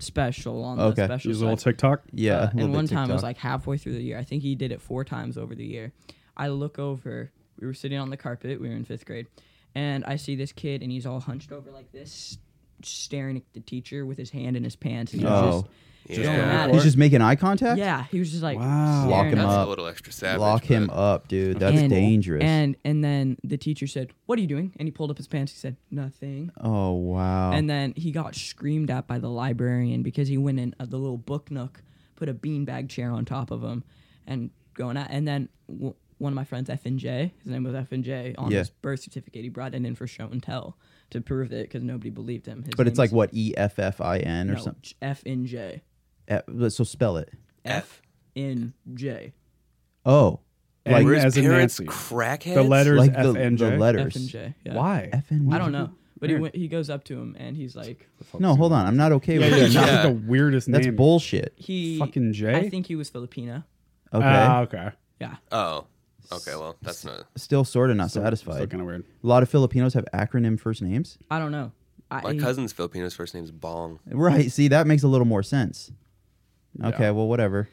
S4: special on
S1: Okay.
S4: the special.
S2: His little
S4: side.
S2: TikTok.
S1: Yeah. a
S4: Uh,
S1: little
S4: and
S1: bit
S4: one time it was
S1: TikTok.
S4: like halfway through the year. I think he did it four times over the year. I look over. We were sitting on the carpet. We were in fifth grade, and I see this kid, and he's all hunched over like this, staring at the teacher with his hand in his pants, and he was
S1: Oh.
S4: just
S3: Yeah.
S4: going at
S1: he's
S4: it.
S1: just making eye contact.
S4: Yeah, he was just like
S2: Wow.
S1: Lock
S4: staring
S1: him
S4: at
S3: That's
S1: up.
S3: a little extra savage.
S1: Lock him up, dude. That's
S4: and-
S1: dangerous.
S4: And and then the teacher said, "What are you doing?" And he pulled up his pants. He said, "Nothing."
S1: oh wow.
S4: And then he got screamed at by the librarian because he went in uh, the little book nook, put a beanbag chair on top of him, and going at. And then w- one of my friends, F and J, his name was F and J, on
S1: Yeah.
S4: his birth certificate, he brought it in for show and tell to prove it because nobody believed him. His
S1: but it's
S4: name
S1: like
S4: is-
S1: what E F F I N or
S4: no,
S1: something.
S4: F and J,
S1: Eh, So spell it.
S3: F.
S4: N J,
S1: Oh,
S2: And
S1: like
S3: Where's
S2: as in
S3: parents
S2: Nancy.
S3: crackheads?
S2: The letters
S1: like
S2: F
S1: the,
S2: and J.
S1: the
S4: F
S1: letters.
S4: and J. yeah.
S2: Why?
S1: F and
S4: I don't know. But he went, he goes up to him and he's like,
S1: No, hold on. I'm not okay
S2: Yeah,
S1: with
S2: yeah,
S1: that.
S2: That's
S3: Yeah.
S2: the weirdest
S1: That's
S2: name.
S1: bullshit.
S4: he
S2: Fucking J?
S4: I think he was Filipino.
S1: Okay.
S2: Ah, okay.
S4: Yeah.
S3: Oh, okay. Well, that's not.
S1: Still sort of not
S2: Still
S1: satisfied.
S2: kind of weird.
S1: A lot of Filipinos have acronym first names.
S4: I don't know. I,
S3: My
S4: he-
S3: cousin's Filipino's first name's Bong.
S1: Right. See, that makes a little more sense. Okay. Well, whatever.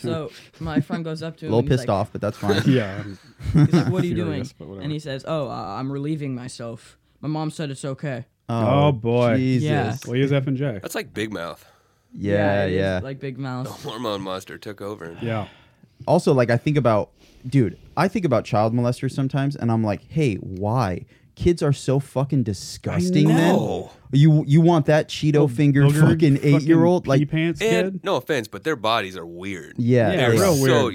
S4: So my friend goes up to
S1: A
S4: him.
S1: little
S4: and he's
S1: pissed
S4: like-
S1: off, but that's fine.
S2: Yeah.
S4: He's like, "What are you doing?"
S2: Furious, but whatever.
S4: And he says, "Oh, uh, I'm relieving myself. My mom said it's okay."
S2: Oh, boy.
S1: Jesus.
S4: Yeah.
S2: Well, he is F and J.
S3: That's like Big Mouth.
S1: Yeah. Yeah.
S4: it is like Big Mouth.
S3: Hormone monster took over.
S2: Yeah.
S1: also, like, I think about, dude, I think about child molesters sometimes, and I'm like, hey, why? Kids are so fucking disgusting, man.
S3: know.
S1: You you want that Cheeto fingered
S2: Boogered
S1: fucking eight year old?
S2: pea
S1: Like,
S2: pants
S3: And
S2: kid.
S3: no offense, but their bodies are weird.
S1: yeah,
S2: Yeah,
S1: they
S2: real
S1: are.
S2: weird.
S3: So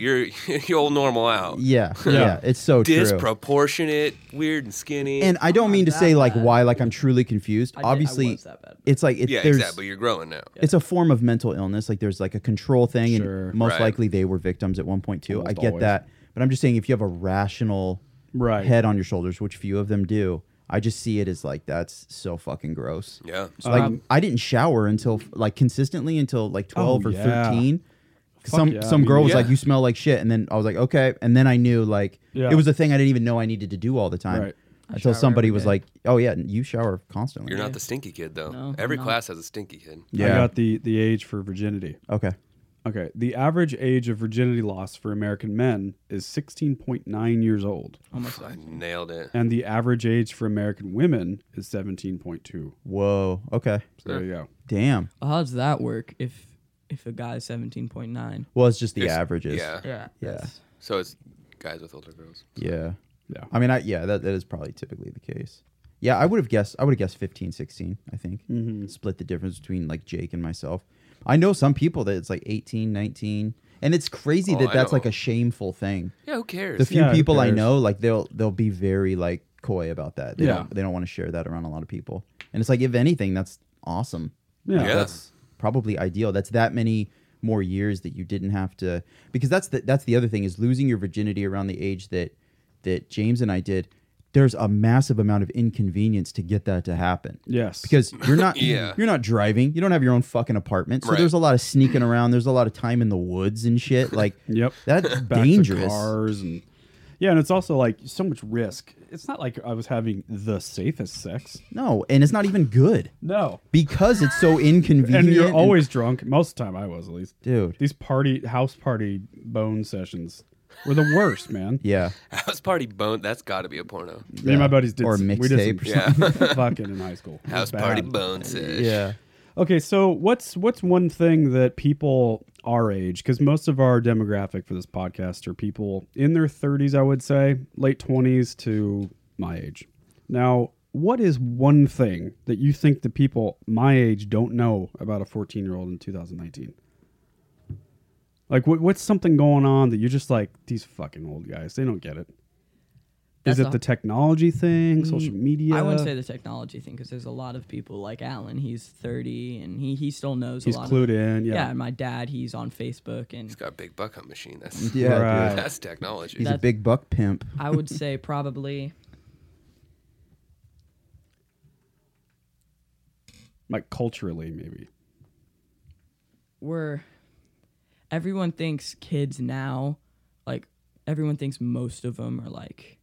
S3: you're you'll normal out.
S1: yeah, yeah, It's so true.
S3: Disproportionate, weird and skinny.
S1: And I don't mean to
S4: that
S1: say like
S4: bad.
S1: why, like I'm truly confused.
S4: I did- I
S1: Obviously,
S4: was that bad.
S1: it's like it,
S3: yeah,
S1: there's
S3: exactly. You're growing now.
S1: it's a form of mental illness. Like there's like a control thing,
S2: Sure.
S1: and most
S3: Right.
S1: likely they were victims at one point too. I
S2: Almost
S1: get
S2: always.
S1: that, but I'm just saying if you have a rational
S2: Right.
S1: head on your shoulders, which few of them do, I just see it as like that's so fucking gross.
S3: Yeah.
S1: So, like
S2: Um,
S1: I didn't shower until like consistently until like twelve
S2: Oh,
S1: or
S2: yeah.
S1: thirteen.
S2: Fuck
S1: some
S2: yeah,
S1: some
S2: I mean,
S1: girl was
S3: yeah.
S1: like, "You smell like shit," and then I was like, "Okay," and then I knew like
S2: Yeah.
S1: it was a thing I didn't even know I needed to do all the time
S2: Right.
S1: until
S4: shower
S1: somebody
S4: every
S1: was
S4: day.
S1: like, "Oh yeah, you shower constantly."
S3: You're not the stinky kid though.
S4: No,
S3: Every
S4: I'm not.
S3: class has a stinky kid.
S2: I
S1: Yeah.
S2: got the the age for virginity.
S1: okay.
S2: Okay, the average age of virginity loss for American men is 16.9 years old,
S4: Almost
S3: I nailed it.
S2: and the average age for American women is 17.2. So
S1: Whoa. Okay.
S2: there you go.
S1: Damn.
S4: Well, how does that work if if a guy's seventeen point nine?
S1: Well, it's just the
S3: It's-
S1: averages.
S3: Yeah.
S4: Yeah. that's-
S3: So it's guys with older girls.
S1: Yeah.
S2: Yeah.
S1: I mean, I yeah, that, that is probably typically the case. Yeah, I would have guessed. I would have guessed 15, 16, I think. Split the difference between like Jake and myself. I know some people that it's like 18, 19. And it's crazy
S3: Oh,
S1: that
S3: I
S1: that's
S3: know.
S1: like a shameful thing.
S3: Yeah, who cares?
S1: The few
S2: Yeah, who
S1: people I
S2: cares?
S1: know, like they'll they'll be very like coy about that. They
S2: Yeah.
S1: don't they don't want to share that around a lot of people. And it's like if anything, that's awesome.
S2: Yeah.
S3: Yeah.
S1: That's probably ideal. That's that many more years that you didn't have to because that's the that's the other thing is losing your virginity around the age that that James and I did. There's a massive amount of inconvenience to get that to happen.
S2: Yes.
S1: Because you're not
S3: Yeah.
S1: you're not driving. You don't have your own fucking apartment. So
S3: Right.
S1: there's a lot of sneaking around. There's a lot of time in the woods and shit. Like
S2: Yep.
S1: that's
S2: Back to
S1: dangerous.
S2: cars and yeah, and it's also like so much risk. It's not like I was having the safest sex.
S1: No, and it's not even good.
S2: No.
S1: Because it's so inconvenient.
S2: And you're always drunk. Most of the time I was at least.
S1: dude.
S2: These party house party bone sessions were the worst, man.
S1: Yeah.
S3: House party bone. That's got to be a porno.
S2: Me and my buddies did
S1: Or
S2: some- we
S1: mixtape or
S2: did some fucking in high school. It was
S3: House party
S2: bad.
S3: bone sesh.
S1: Yeah.
S2: Okay, so what's what's one thing that people our age, because most of our demographic for this podcast are people in their 30s, I would say, late 20s to my age. Now, what is one thing that you think the people my age don't know about a 14 year old in 2019? Like, what, what's something going on that you're just like these fucking old guys? They don't get it. Is it
S4: That's a-
S2: the technology thing, social media?
S4: I wouldn't say the technology thing because there's a lot of people like Alan. He's 30 and he, he still knows
S2: He's
S4: a lot.
S2: clued
S4: of,
S2: in.
S4: Yeah.
S2: Yeah.
S4: and my dad, he's on Facebook and
S3: He's got a big buck hunt machine. That's
S1: Yeah. dude.
S2: Right.
S3: that's technology.
S1: He's a
S4: That's-
S1: big buck pimp.
S4: I would say probably
S2: Like culturally, maybe.
S4: we're everyone thinks kids now like everyone thinks most of them are like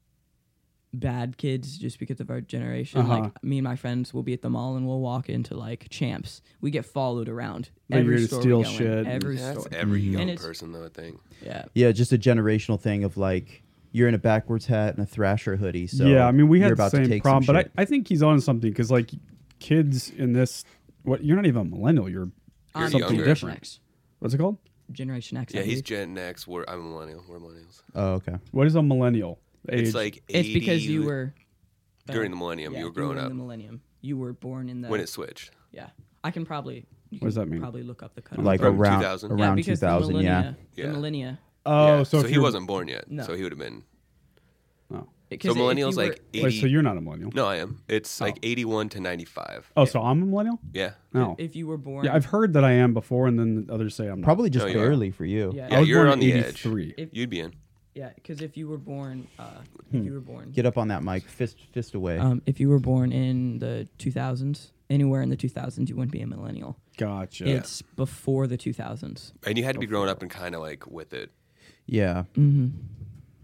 S4: bad kids just because of our generation
S2: Uh-huh.
S4: like me and my friends will be at the mall and we'll walk into like champs we get followed around
S2: Like,
S4: every
S2: you're gonna
S4: store
S2: steal
S4: we go in,
S2: shit.
S4: every
S3: Yeah, that's
S4: store
S3: every
S2: Mm-hmm.
S4: And
S3: young
S4: it's-
S3: person though. I think.
S4: yeah
S1: Yeah, just a generational thing of like you're in a backwards hat and a Thrasher hoodie. So
S2: yeah, I mean, we
S1: you're
S2: had the
S1: about to
S2: same
S1: take
S2: problem,
S1: some
S2: but
S1: shit.
S2: I, I think he's on something because like kids in this, what you're not even a millennial, you're
S3: You're
S2: something
S3: younger.
S4: generation
S2: different.
S4: x
S2: What's it called?
S4: generation x I
S3: Yeah, he's
S4: believe.
S3: Gen X. We're I'm a millennial. We're millennials.
S1: oh okay.
S2: What is a millennial? Age?
S3: It's like 80,
S4: it's because you were
S3: during the millennium.
S4: yeah,
S3: you were growing
S4: in
S3: up
S4: the millennium you were born in the
S3: when it switched.
S4: yeah i can probably you
S2: What does
S4: can
S2: that mean?
S4: probably look up the cut
S1: Like
S3: From
S1: around
S3: 2000? Yeah,
S1: around
S4: yeah,
S1: two
S4: because the
S1: thousand, yeah.
S4: millennia,
S3: Yeah.
S4: The millennia.
S2: oh,
S3: Yeah,
S2: so, if
S3: he
S2: you're-
S3: wasn't born yet.
S4: No.
S3: So he would have been.
S2: Oh.
S4: Because
S3: So
S4: if you
S3: millennials
S4: were-
S3: like 80.
S2: Wait, so you're not a millennial?
S3: No, I am. It's like 81 to 95.
S2: Oh, so I'm a millennial?
S3: Yeah.
S2: No.
S4: if you were born.
S2: Yeah, I've heard that I am before, and then others say I'm not.
S1: Probably just
S3: No, you are.
S1: barely for you.
S4: Yeah.
S3: Yeah,
S2: I was
S3: you're
S2: born in
S3: on the edge.
S2: 83.
S4: If-
S3: You'd be in.
S4: because if you were born, uh,
S2: Hmm.
S4: if you were born,
S1: Get up on that mic, fist fist away.
S4: um, if you were born in the 2000s, anywhere in the 2000s, you wouldn't be a millennial.
S2: Gotcha.
S4: It's before the 2000s.
S3: And you had to
S2: Oh,
S3: be growing up and kind of like with it.
S1: yeah. Mm-hmm.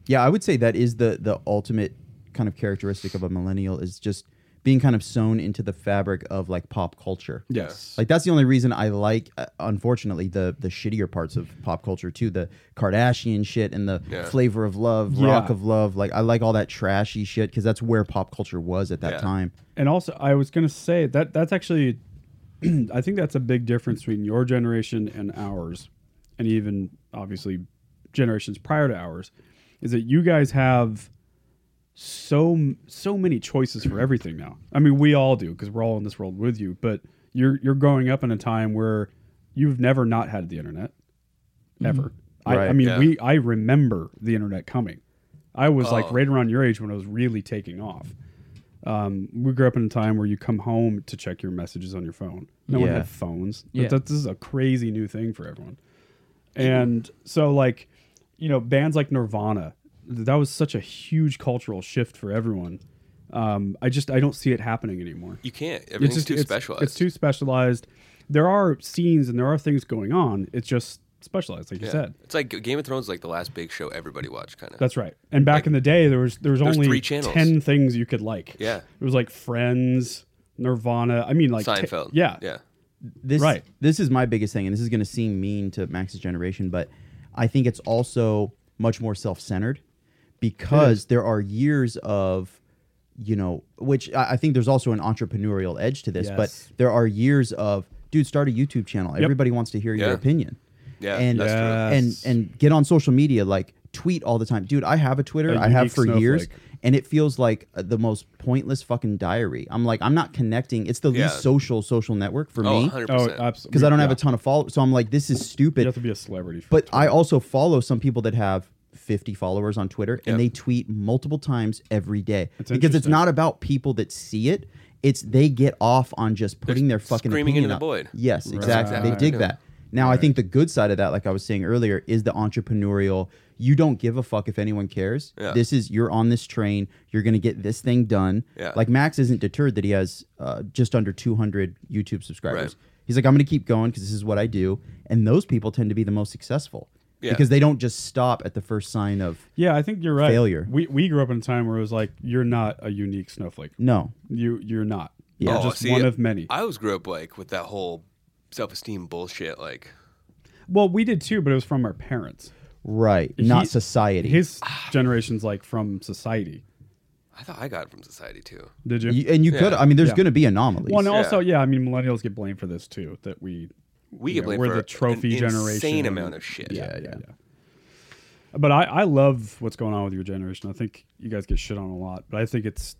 S1: Yeah, I would say that is the the ultimate kind of characteristic of a millennial is just being kind of sewn into the fabric of like pop culture.
S2: Yes.
S1: Like that's the only reason I like, uh, unfortunately, the the shittier parts of pop culture too, the Kardashian shit and the
S3: Yeah.
S1: flavor of love, rock
S2: Yeah.
S1: of love. Like I like all that trashy shit because that's where pop culture was at that
S3: Yeah.
S1: time.
S2: and also I was gonna say that that's actually I think that's a big difference between your generation and ours, and even obviously generations prior to ours, is that you guys have so so many choices for everything now. I mean, we all do because we're all in this world with you. But you're you're growing up in a time where you've never not had the internet ever. I, I
S1: Right.
S2: mean,
S3: Mm-hmm. Yeah.
S2: we I remember the internet coming. I was like
S3: Oh.
S2: right around your age when it was really taking off we grew up in a time where you come home to check your messages on your phone. No one
S1: Yeah.
S2: had phones.
S4: Yeah.
S2: That, this is a crazy new thing for everyone. And so, like, you know, bands like Nirvana, th- that was such a huge cultural shift for everyone. Um, I just I don't see it happening anymore.
S3: You can't. Everything's
S2: just-
S3: too specialized.
S2: It's too specialized. There are scenes and there are things going on. It's just specialized, like you
S3: Yeah.
S2: said.
S3: It's like Game of Thrones, is like the last big show everybody watched, kind of.
S2: That's right. And back in the day, there was there was
S3: there's
S2: only
S3: three channels.
S2: ten things you could like.
S3: Yeah.
S2: it was like Friends, Nirvana. I mean, like ta-
S3: Seinfeld.
S2: yeah,
S3: Yeah.
S1: this
S2: Right.
S1: this is my biggest thing and this is going to seem mean to max's generation but i think it's also much more self-centered because there are years of you know which i I think there's also an entrepreneurial edge to this
S2: Yes.
S1: but there are years of dude start a youtube channel everybody wants to hear your
S3: Yeah.
S1: opinion
S3: Yeah,
S1: and
S3: that's
S2: true. Yes.
S1: and and get on social media like tweet all the time dude i have a twitter
S2: A
S1: I have
S2: unique
S1: for years
S2: snowflake.
S1: and it feels like uh, the most pointless fucking diary i'm like i'm not connecting it's the
S3: Yeah.
S1: least social social network for
S3: Oh,
S1: me
S3: 100%.
S2: Oh, absolutely.
S1: because I don't have a ton of followers. So I'm like, this is
S2: You
S1: stupid.
S2: have to be a celebrity. for
S1: but I also follow some people that have 50 followers on Twitter
S3: Yep.
S1: and they tweet multiple times every day
S2: That's
S1: because it's
S2: interesting.
S1: not about people that see it. It's they get off on just putting their fucking
S3: screaming into
S1: opinion
S3: the
S1: up.
S3: void.
S1: Yes, exactly.
S3: exactly
S1: They
S3: what
S1: dig
S3: they're doing.
S1: that. Now I think the good side of that, like I was saying earlier, is the entrepreneurial. You don't give a fuck if anyone cares.
S3: Yeah.
S1: This is you're on this train. You're gonna get this thing done.
S3: Yeah.
S1: Like Max isn't deterred that he has uh, just under 200 YouTube subscribers.
S3: Right.
S1: He's like, I'm going to keep going because this is what I do. And those people tend to be the most successful
S3: Yeah.
S1: because they don't just stop at the first sign of
S2: Yeah, I think you're right.
S1: Failure.
S2: We we grew up in a time where it was like you're not a unique snowflake.
S1: no.
S2: You you're not.
S1: Yeah.
S2: You're
S3: Oh,
S2: just
S3: see,
S2: one of many.
S3: I always grew up like with that whole self-esteem bullshit. Like,
S2: well, we did too, but it was from our parents.
S1: Right. Not
S2: He-
S1: society.
S2: His generation's like from society.
S3: I thought I got it from society too.
S2: Did you?
S1: You- and you could,
S3: Yeah.
S1: I mean, there's
S2: Yeah.
S1: going to be anomalies.
S2: well, and
S3: Yeah.
S2: also, yeah, I mean, millennials get blamed for this too. That we
S3: We
S2: you
S3: get
S2: know,
S3: blamed
S2: we're
S3: for
S2: the trophy
S3: an
S2: generation.
S3: Insane
S2: and-
S3: amount of shit.
S2: Yeah, yeah, yeah. But I, I love what's going on with your generation. I think you guys get shit on a lot, but I think it's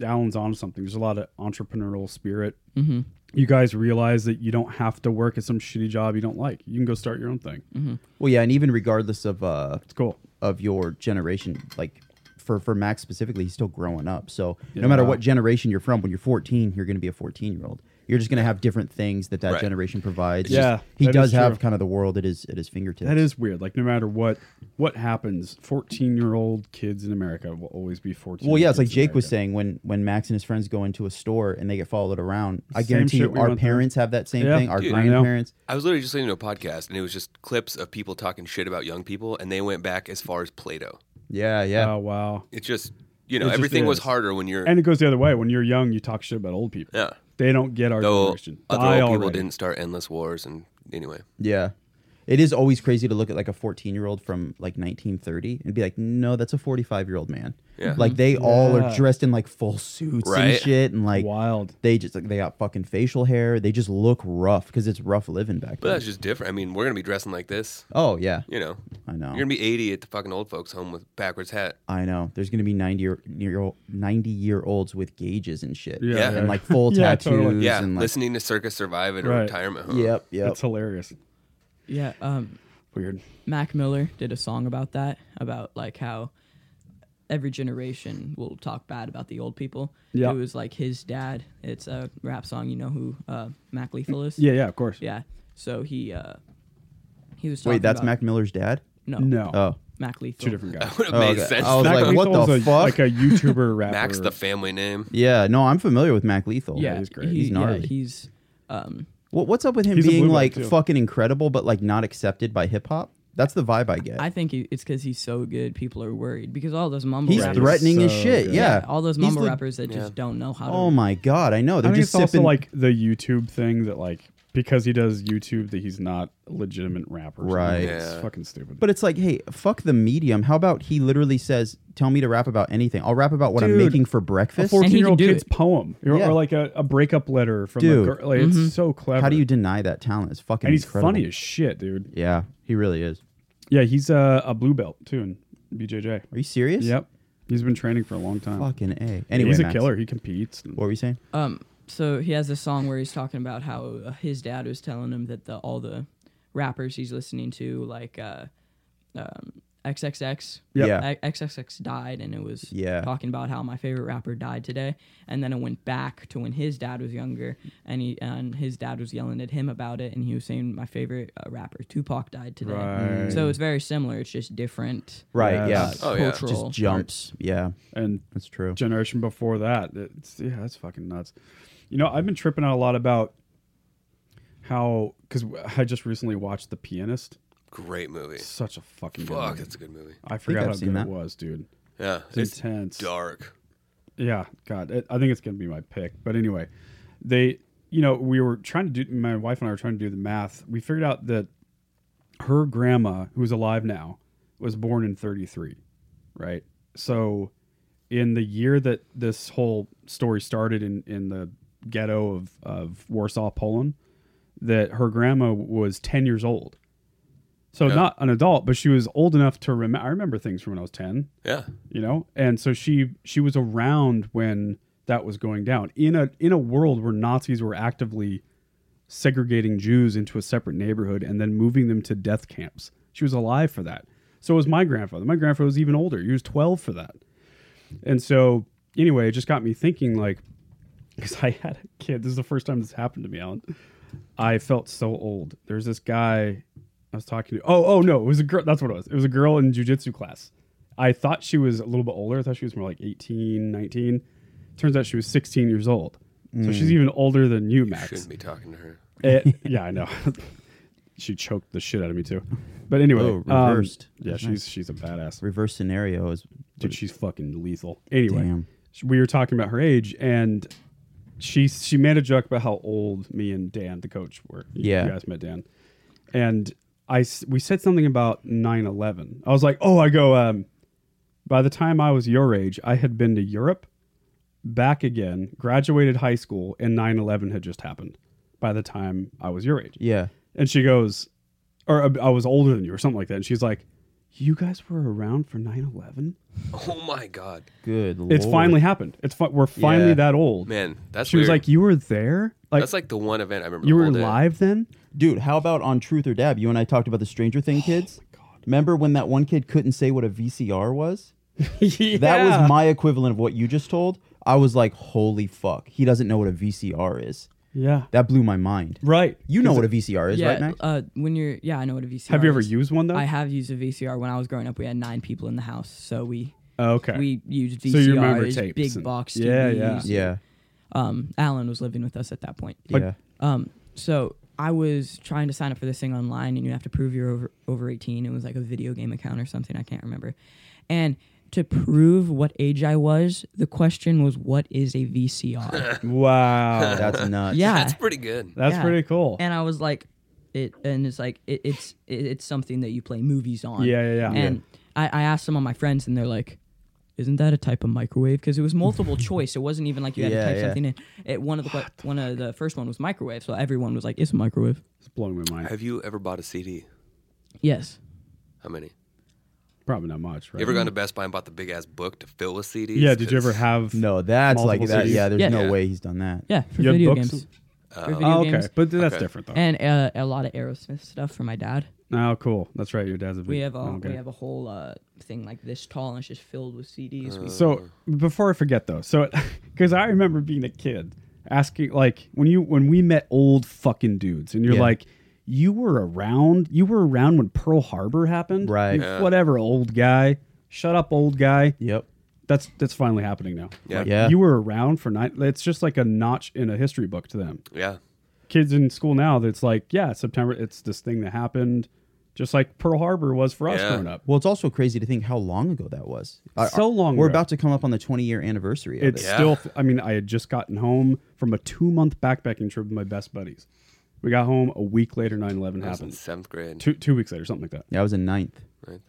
S2: Alan's on something. There's a lot of entrepreneurial spirit. Mm-hmm. You guys realize that you don't have to work at some shitty job you don't like. You can go start your own thing.
S1: Well, yeah. And even regardless of, uh,
S2: It's cool.
S1: of your generation, like for, for Max specifically, he's still growing up. So
S2: Yeah.
S1: no matter what generation you're from, when you're 14, you're going to be a 14 year old. You're just going to have different things that that
S3: Right.
S1: generation provides.
S2: Yeah,
S1: Just- he
S2: that is
S1: does have
S2: true.
S1: kind of the world at his at his fingertips.
S2: That is weird. Like no matter what what happens, 14 year old kids in America will always be 14.
S1: Well, yeah, it's like
S2: kids in
S1: Jake was
S2: America.
S1: saying when when Max and his friends go into a store and they get followed around. I
S2: Same
S1: guarantee
S2: shit
S1: you,
S2: we
S1: our
S2: went through.
S1: parents have that same
S2: Yeah.
S1: thing. Our
S3: Dude,
S2: I know.
S1: grandparents.
S3: I was literally just listening to a podcast, and it was just clips of people talking shit about young people, and they went back as far as Plato.
S1: Yeah, yeah.
S2: Oh wow.
S3: It's just you know
S2: It just
S3: everything was
S2: is.
S3: harder when you're
S2: And it goes the other way. When you're young, you talk shit about old people.
S3: yeah.
S2: They don't get our
S3: Though
S2: generation. Die
S3: other old people
S2: already.
S3: didn't start endless wars, and anyway,
S1: yeah. It is always crazy to look at like a 14 year old from like 1930 and be like, no, that's a 45 year old man.
S3: Yeah.
S1: Like they all are
S2: Mm-hmm. Yeah.
S1: dressed in like full suits and
S3: Right.
S1: shit, and like
S2: Wild.
S1: They just like, they got fucking facial hair. They just look rough because it's rough living back
S3: but
S1: then.
S3: that's just different. I mean, we're gonna be dressing like this,
S1: Oh yeah,
S3: you know.
S1: I know.
S3: You're gonna be 80 at the fucking old folks' home with backwards hat.
S1: I know. There's gonna be 90 year, year old, 90 year olds with gauges and shit.
S2: Yeah,
S3: Yeah.
S1: and like full
S2: Yeah,
S1: tattoos
S2: totally.
S3: Yeah,
S1: and like
S3: listening to Circus Survive at a
S2: Right.
S3: retirement home.
S1: Yep, yep.
S2: That's hilarious.
S4: Yeah. Um,
S2: Weird.
S4: Mac Miller did a song about that, about like how every generation will talk bad about the old people.
S2: Yeah.
S4: It was like his dad. It's a rap song. You know who uh, Mac Lethal is?
S2: Mm, Yeah, yeah, of course.
S4: Yeah. So he uh, he was talking
S1: Wait, that's
S4: about-
S1: Mac Miller's dad?
S4: No,
S2: No.
S1: Oh.
S4: Mac Lethal.
S2: Two different guys.
S3: would have
S1: Oh,
S3: made
S1: okay.
S3: sense.
S1: I was
S3: Mac,
S1: like, what
S2: Lethal's
S1: the
S2: a,
S1: fuck?
S2: Like a YouTuber rapper.
S3: Max the family name.
S1: Yeah, no, I'm familiar with Mac Lethal.
S4: Yeah,
S2: he's great.
S4: he-
S1: He's
S4: yeah,
S1: gnarly.
S4: he's um,
S1: What- what's up with him
S2: He's a
S1: being
S2: blue belt,
S1: like
S2: too.
S1: fucking incredible but like not accepted by hip hop? That's the vibe I get.
S4: I think he, it's because he's so good. People are worried because all those mumble
S1: he's
S4: rappers,
S1: threatening as
S2: so
S1: shit.
S2: good.
S1: Yeah.
S4: all those
S1: He's
S4: mumble
S1: the-
S4: rappers that
S3: Yeah.
S4: just don't know how to.
S1: Oh my god, I know.
S2: I
S1: They're
S2: think
S1: just
S2: it's
S1: sipping
S2: also like the YouTube thing that like because he does YouTube that he's not a legitimate rapper. or something.
S1: Right.
S2: It's
S3: Yeah.
S2: fucking stupid.
S1: But it's like, hey, fuck the medium. How about he literally says, "Tell me to rap about anything. I'll rap about what I'm
S2: Dude,
S1: making for
S2: a
S1: breakfast."
S4: he can
S2: 14 year old
S4: do
S2: kid's
S4: it.
S2: poem or,
S1: Yeah.
S2: or like a, a breakup letter from
S1: Dude.
S2: a girl. Like, It's so clever.
S1: How do you deny that talent? It's fucking
S2: And he's
S1: incredible.
S2: funny as shit, dude.
S1: Yeah, he really is.
S2: Yeah, he's a, a blue belt too in BJJ.
S1: Are you serious?
S2: Yep. He's been training for a long time.
S1: Fucking A. Anyway,
S2: he's a
S1: Max,
S2: killer. He competes. and-
S1: What were you saying?
S4: Um, so he has this song where he's talking about how uh, his dad was telling him that the all the rappers he's listening to, like uh, um, XXX.
S1: Yep. Yeah.
S4: I- XXX died, and it was
S1: Yeah.
S4: talking about how my favorite rapper died today. And then it went back to when his dad was younger, and he and his dad was yelling at him about it, and he was saying my favorite uh, rapper Tupac died today.
S2: Right.
S4: So it's very similar. It's just different.
S1: Right.
S2: Yes.
S1: Yeah.
S3: Oh, yeah.
S4: cultural
S1: Just jumps. Yeah.
S2: and
S1: That's true.
S2: generation before that. It's, yeah, that's fucking nuts. You know, I've been tripping out a lot about how because I just recently watched The Pianist.
S3: Great movie.
S2: Such a fucking good
S3: Fuck,
S2: movie.
S3: that's a good movie.
S2: I forgot
S1: I've
S2: how
S1: seen
S2: good
S1: that.
S2: it was, dude.
S3: Yeah,
S2: It's, intense.
S3: dark.
S2: Yeah, God, it, I think it's gonna be my pick. But anyway, they, you know, we were trying to do. My wife and I were trying to do the math. We figured out that her grandma, who's alive now, was born in '33, right? So, in the year that this whole story started in in the ghetto of of Warsaw, Poland, that her grandma was 10 years old. So not an adult, but she was old enough to remember. I remember things from when I was 10
S3: Yeah,
S2: you know and so she she was around when that was going down in a in a world where nazis were actively segregating jews into a separate neighborhood and then moving them to death camps she was alive for that so was my grandfather my grandfather was even older he was 12 for that and so anyway it just got me thinking like because i had a kid this is the first time this happened to me alan i felt so old there's this guy i was talking to oh oh no it was a girl that's what it was it was a girl in jujitsu class i thought she was a little bit older i thought she was more like 18 19 turns out she was 16 years old so she's even older than you max
S3: Hmm. shouldn't be talking to her.
S2: it, Eh, yeah, I know. she choked the shit out of me too. But anyway,
S1: Oh,
S2: um,
S1: reversed.
S2: yeah,
S1: That's
S2: she's
S1: nice.
S2: she's a badass.
S1: Reverse scenario is
S2: Dude, she's fucking lethal. Anyway,
S1: Damn.
S2: sh- we were talking about her age, and she she made a joke about how old me and Dan, the coach, were. You-
S1: Yeah.
S2: you guys met Dan, and I s- we said something about 9-11. I was like, oh, I go. Um, by the time I was your age, I had been to Europe, back again, graduated high school, and 9-11 had just happened. By the time I was your age,
S1: yeah.
S2: and she goes, or uh, I was older than you, or something like that. And she's like, You guys were around for 9 11?
S3: Oh my god,
S1: Good. Lord.
S2: It's finally happened. It's fi- We're finally
S1: Yeah.
S2: that old.
S3: man, that's
S2: she was
S3: weird.
S2: like, You were there? Like,
S3: that's like eh? the one event I remember.
S2: you
S3: the
S2: were
S3: whole day.
S2: live then?
S1: Dude, how about on Truth or Dab? You and I talked about the Stranger
S2: Oh
S1: Thing kids. Remember when that one kid couldn't say what a VCR was? That was my equivalent of what you just told. I was like, holy fuck, he doesn't know what a VCR is.
S2: Yeah.
S1: That blew my mind.
S2: right.
S1: You know what a VCR is,
S4: yeah,
S1: right, Max?
S4: uh, when you're yeah, I know what a VCR.
S2: Have you ever
S4: is.
S2: used one though?
S4: I have used a VCR when I was growing up. We had nine people in the house, so we
S2: Oh, Okay.
S4: we used VCRs,
S2: So you remember tapes
S4: big
S2: and-
S4: box TVs.
S2: Yeah, yeah.
S1: yeah.
S4: Um, Alan was living with us at that point.
S2: But-
S1: yeah.
S4: Um, so I was trying to sign up for this thing online, and you have to prove you're over over 18. It was like a video game account or something. I can't remember. And to prove what age I was, the question was, "What is a VCR?"
S2: Wow.
S1: That's nuts.
S4: yeah,
S3: That's pretty good.
S2: That's
S4: Yeah.
S2: pretty cool.
S4: and I was like, it, and it's like it, it's it, it's something that you play movies on.
S2: Yeah, yeah, yeah.
S4: And I, I asked some of my friends, and they're like, "Isn't that a type of microwave?" Because it was multiple choice. It wasn't even like you had
S1: Yeah,
S4: to type
S1: yeah.
S4: something in. It, one of the que- one of the first one was microwave, so everyone was like, "It's a microwave."
S2: it's blowing my mind.
S3: Have you ever bought a CD?
S4: Yes.
S3: How many?
S2: Probably not much, right?
S3: You ever gone to Best Buy and bought the big ass book to fill with CDs?
S2: yeah. Did you ever
S3: 'Cause-
S2: have.
S1: No, that's
S2: Multiple
S1: like that.
S2: CDs.
S1: Yeah, there's
S4: Yeah.
S1: no
S3: Yeah.
S1: way he's done that.
S4: Yeah, for
S2: You have
S4: video
S2: books?
S4: games.
S1: Uh,
S4: For video
S2: Oh, okay.
S4: games.
S2: But that's
S3: Okay.
S2: different though.
S4: And uh, a lot of Aerosmith stuff for my dad.
S2: oh, cool. That's right. Your dad's a big
S4: We have a
S2: okay.
S4: we have a whole uh, thing like this tall, and it's just filled with
S1: Uh.
S4: CDs. We-
S2: So before I forget though, so because I remember being a kid asking like when you when we met old fucking dudes and you're
S1: Yeah.
S2: like you were around you were around when Pearl Harbor happened
S1: Right.
S2: You whatever old guy shut up old guy
S1: Yep.
S2: that's that's finally happening now
S3: Yeah.
S2: Like,
S1: Yeah.
S2: you were around for nine it's just like a notch in a history book to them
S3: Yeah.
S2: kids in school now that's like yeah September it's this thing that happened just like Pearl Harbor was for us
S3: Yeah.
S2: growing up
S1: Well, it's also crazy to think how long ago that was. I-
S2: So long
S1: We're
S2: ago.
S1: about to come up on the 20 year anniversary of
S2: It's
S1: it.
S3: Yeah.
S2: still. I mean, I had just gotten home from a two month backpacking trip with my best buddies. We got home a week later. 9-11
S3: I was in
S2: happened.
S3: seventh grade.
S2: Two two weeks later, something like that.
S1: Yeah, I was in ninth.
S3: Right?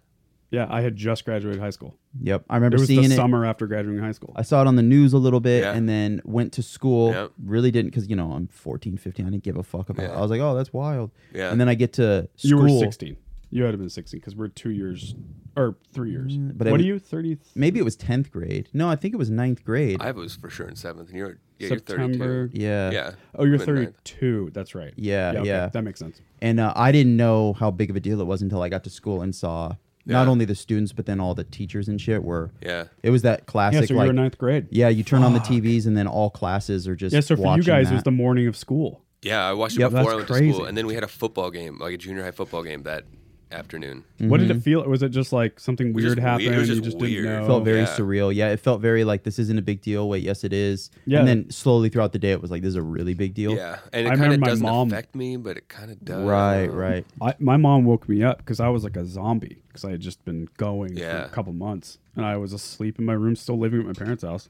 S2: Yeah, I had just graduated high school.
S1: Yep. I
S2: It
S1: remember
S2: was the
S1: seeing it.
S2: summer after graduating high school.
S1: I saw it on the news a little bit
S3: Yeah.
S1: and then went to school.
S3: Yep.
S1: Really didn't because you know I'm 14, 15. I didn't give a fuck about. it.
S3: Yeah.
S1: I was like, oh, that's wild.
S3: Yeah.
S1: And then I get to school.
S2: You were sixteen. You had been sixteen because we're two years or three years.
S1: Mm, but I
S2: what are
S1: was-
S2: you? Thirty
S1: Maybe it was 10th grade. No, I think it was ninth grade.
S3: I was for sure in seventh, and you're yeah,
S2: September.
S3: you're 32.
S1: yeah.
S3: Yeah.
S2: Oh, you're
S3: I'm in ninth.
S2: thirty two. That's right.
S1: Yeah, yeah.
S2: That makes sense.
S1: And uh, I didn't know how big of a deal it was until I got to school and saw Not
S3: Yeah.
S1: only the students, but then all the teachers and shit were.
S3: Yeah.
S1: It was that
S2: Yeah,
S1: classic.
S2: so you
S1: like,
S2: were in ninth grade.
S1: Yeah, you turn on the TVs and then all classes are just.
S2: Yeah, so for you
S1: watching
S2: guys, it was
S1: that.
S2: the morning of school.
S3: Yeah, I watched it
S2: Yep.
S3: before I went
S2: That's
S3: to
S2: crazy.
S3: school, and then we had a football game, like a junior high football game that afternoon.
S2: What did it feel? Was it just like something
S3: was
S2: weird
S3: just weird. It
S2: happened?
S3: was
S2: you
S3: just
S2: just
S3: weird.
S2: didn't know.
S3: It
S1: Mm-hmm. felt very
S3: yeah.
S1: surreal. Yeah, it felt very like this isn't a big deal. Wait, yes, it is.
S2: Yeah.
S1: And then slowly throughout the day, it was like this is a really big deal.
S3: Yeah, and
S2: I
S3: it kind
S2: remember
S3: of
S2: my
S3: doesn't
S2: mom-
S3: affect me, but it kind of does.
S1: Right, right.
S2: I, my mom woke me up because I was like a zombie because I had just been going
S3: Yeah.
S2: for a couple months and I was asleep in my room, still living at my parents' house.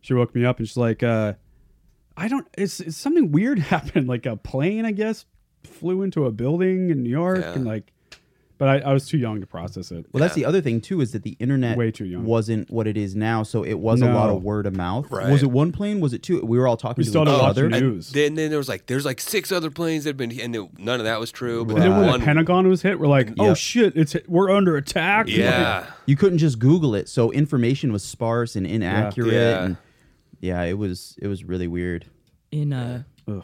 S2: She woke me up and she's like, uh, "I don't. It's, it's something weird happened. Like a plane, I guess, flew into a building in New York
S3: Yeah.
S2: and like." But I, I was too young to process it.
S1: Well, that's the other thing too is that the internet
S2: Way too young.
S1: wasn't what it is now, so it was a lot
S2: No.
S1: of word of mouth.
S3: Right. Oh,
S1: Was it one plane? Was it two? We were all talking
S2: We
S1: to
S2: still
S1: each
S2: don't watch
S1: other.
S2: the
S3: And
S2: news.
S3: Then, then there was like, there's like six other planes that had been, and it, none of that was true. But
S2: and then when
S3: one-
S2: the Pentagon was hit, we're like, "Oh
S1: Yeah.
S2: shit! It's we're under attack." Like,
S3: yeah,
S1: you couldn't just Google it, so information was sparse and inaccurate.
S3: Yeah.
S1: and- yeah it was. It was really weird.
S4: in uh
S2: Ugh.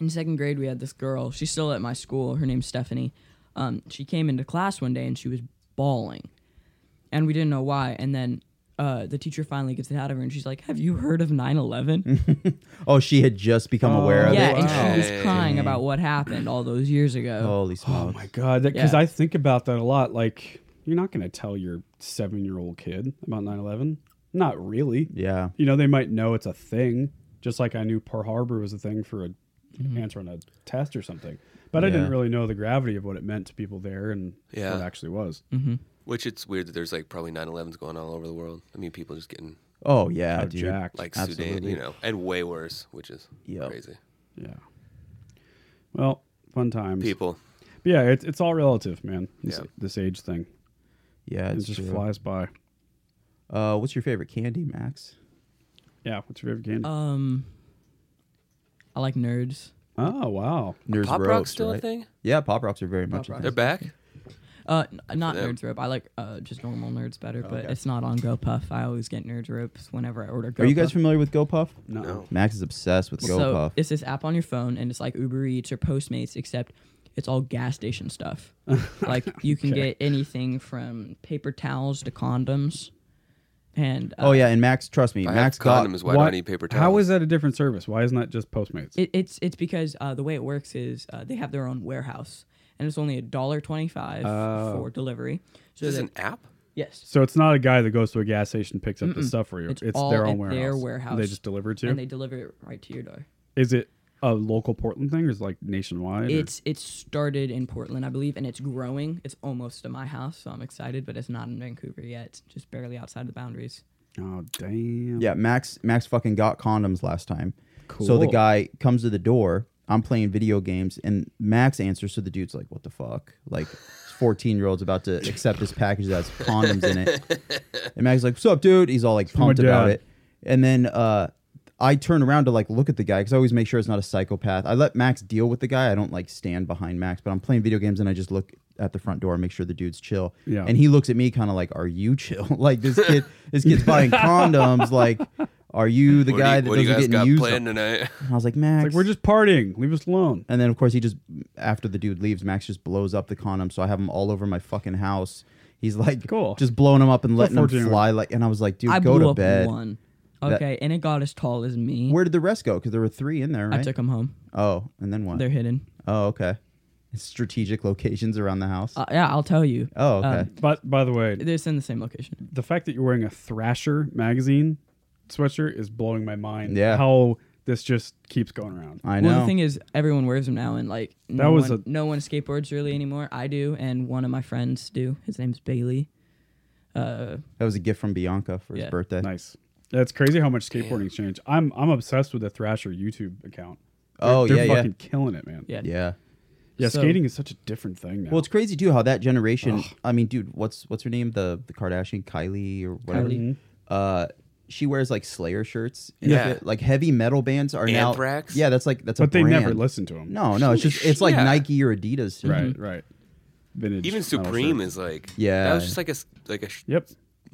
S4: in second grade we had this girl she's still at my school her name's stephanie um, she came into class one day and she was bawling and we didn't know why and then uh, the teacher finally gets it out of her and she's like have you heard of 9-11
S1: Oh, she had just become aware of
S4: Oh, yeah
S1: it.
S4: and she was crying about what happened all those years ago
S1: Holy
S2: Oh
S1: smokes!
S2: my god, because
S4: Yeah.
S2: I think about that a lot. Like, you're not going to tell your seven year old kid about 9 11. Not really.
S1: Yeah.
S2: You know, they might know it's a thing, just like I knew Pearl Harbor was a thing for a, answering a test or something. But I
S1: Mm-hmm. Yeah.
S2: didn't really know the gravity of what it meant to people there and
S3: Yeah.
S2: what it actually was.
S1: Mm-hmm.
S3: which it's weird that there's like probably 9/11s going on all over the world. I mean, people just getting
S1: Oh yeah,
S2: How
S1: dude.
S2: jacked.
S3: like Sudan,
S1: Absolutely.
S3: you know, and way worse, which is
S1: Yep.
S3: crazy.
S2: yeah. Well, fun times.
S3: People,
S2: But yeah, it's, it's all relative, man. This,
S3: Yeah.
S2: this age thing.
S1: Yeah,
S2: It
S1: it's
S2: just
S1: true.
S2: flies by.
S1: Uh, what's your favorite candy, Max?
S2: Yeah. What's your favorite candy?
S1: Uh,
S4: um i like nerds
S2: oh, wow.
S1: Nerds
S3: pop rock's
S1: roast,
S3: still a
S1: right?
S3: thing.
S1: Yeah, pop rocks are very much. a
S4: Rock.
S1: thing.
S3: They're back.
S4: uh, n- not
S3: Yeah.
S4: nerds rope i like uh, just normal nerds
S1: Oh,
S4: better but it's not on gopuff i always get nerds ropes whenever i order gopuff
S1: Are you guys familiar with GoPuff?
S2: No.
S1: Max is obsessed with
S4: so uh,
S1: GoPuff.
S4: it's this app on your phone, and it's like Uber Eats or Postmates, except it's all gas station stuff. like you can get anything from paper towels to condoms, and uh,
S1: oh yeah, and Max, trust me,
S3: I
S1: Max
S3: have
S1: got.
S3: condoms. Why, do I need paper towels?
S2: How is that a different service? Why isn't that just Postmates?
S4: it, it's it's because uh, the way it works is uh, they have their own warehouse, and it's only a dollar twenty five for delivery. So
S3: Is Oh. this
S4: that-
S3: an app?
S4: yes,
S2: so it's not a guy that goes to a gas station picks up the stuff for you.
S4: It's
S2: It's,
S4: all
S2: their
S4: at
S2: own warehouse.
S4: their warehouse.
S2: They just deliver it to you.
S4: and they deliver it right to your door.
S2: is it a local Portland thing or is it like nationwide? or-
S4: It's it's started in Portland, I believe, and it's growing. It's almost to my house, so I'm excited, but it's not in Vancouver yet. It's just barely outside the boundaries.
S2: oh damn.
S1: Yeah, Max, Max fucking got condoms last time. So the
S2: Cool.
S1: guy comes to the door. I'm playing video games, and Max answers. So the dude's like, "What the fuck?" Like, 14 year old's about to accept this package that has condoms in it. And Max is like, "What's up, dude?" He's all like
S2: my
S1: pumped about
S2: dad.
S1: it. And then uh, I turn around to like look at the guy because I always make sure it's not a psychopath. I let Max deal with the guy. I don't like stand behind Max, but I'm playing video games and I just look at the front door, and make sure the dude's chill.
S2: Yeah.
S1: And he looks at me kind of like, "Are you chill?" like this kid, this kid's buying condoms. Like, are you the
S3: What do
S1: guy
S3: you-
S1: that
S3: what do
S1: doesn't
S3: you guys
S1: get
S3: got
S1: used?
S3: planned tonight?
S1: And I was like, Max,
S2: It's like we're just partying. Leave us alone.
S1: and then of course he just after the dude leaves, Max just blows up the condom. So I have them all over my fucking house. He's like,
S2: Cool.
S1: just blowing them up and letting them
S2: 14.
S1: fly. Like, and I was like, dude,
S4: I
S1: go
S4: blew
S1: to
S4: up
S1: bed.
S4: one.
S1: That-
S4: Okay, and it got as tall as me.
S1: Where did the rest go? Because there were three in there, right?
S4: I took them home.
S1: oh, and then what?
S4: They're hidden.
S1: Oh, okay. Strategic locations around the house.
S4: Uh, yeah, I'll tell you.
S1: oh, okay.
S4: um,
S2: But by the way,
S4: They're in the same location.
S2: the fact that you're wearing a Thrasher magazine sweatshirt is blowing my mind.
S1: Yeah.
S2: How this just keeps going around.
S1: I know.
S4: Well, the thing is, everyone wears them now, and like no
S2: That was
S4: one,
S2: a-
S4: no one skateboards really anymore. I do, and one of my friends do. His name's Bailey. Uh,
S1: that was a gift from Bianca for his
S4: Yeah.
S1: birthday.
S2: Nice. That's crazy how much skateboarding's changed. I'm I'm obsessed with the Thrasher YouTube account. They're-
S1: Oh,
S2: they're
S1: yeah, yeah.
S2: fucking killing it, man.
S4: yeah,
S1: Yeah.
S2: Yeah,
S4: So-
S2: skating is such a different thing now.
S1: Well, it's crazy too how that generation. I mean, dude, what's what's her name? The the Kardashian, Kylie or whatever.
S2: Mm-hmm.
S4: Kylie.
S1: Uh, she wears like Slayer shirts. and
S3: Yeah.
S1: shit. like heavy metal bands are
S3: Anthrax?
S1: now. Yeah, that's like that's a.
S2: but they never
S1: brand.
S2: listen to him.
S1: No, no, it's just it's like
S3: Yeah.
S1: Nike or Adidas.
S2: Right, right. Vintage
S3: Even
S2: metal
S3: Supreme
S2: shirt.
S3: is like,
S1: Yeah.
S3: that was just like a s- like a sh-
S2: Yep.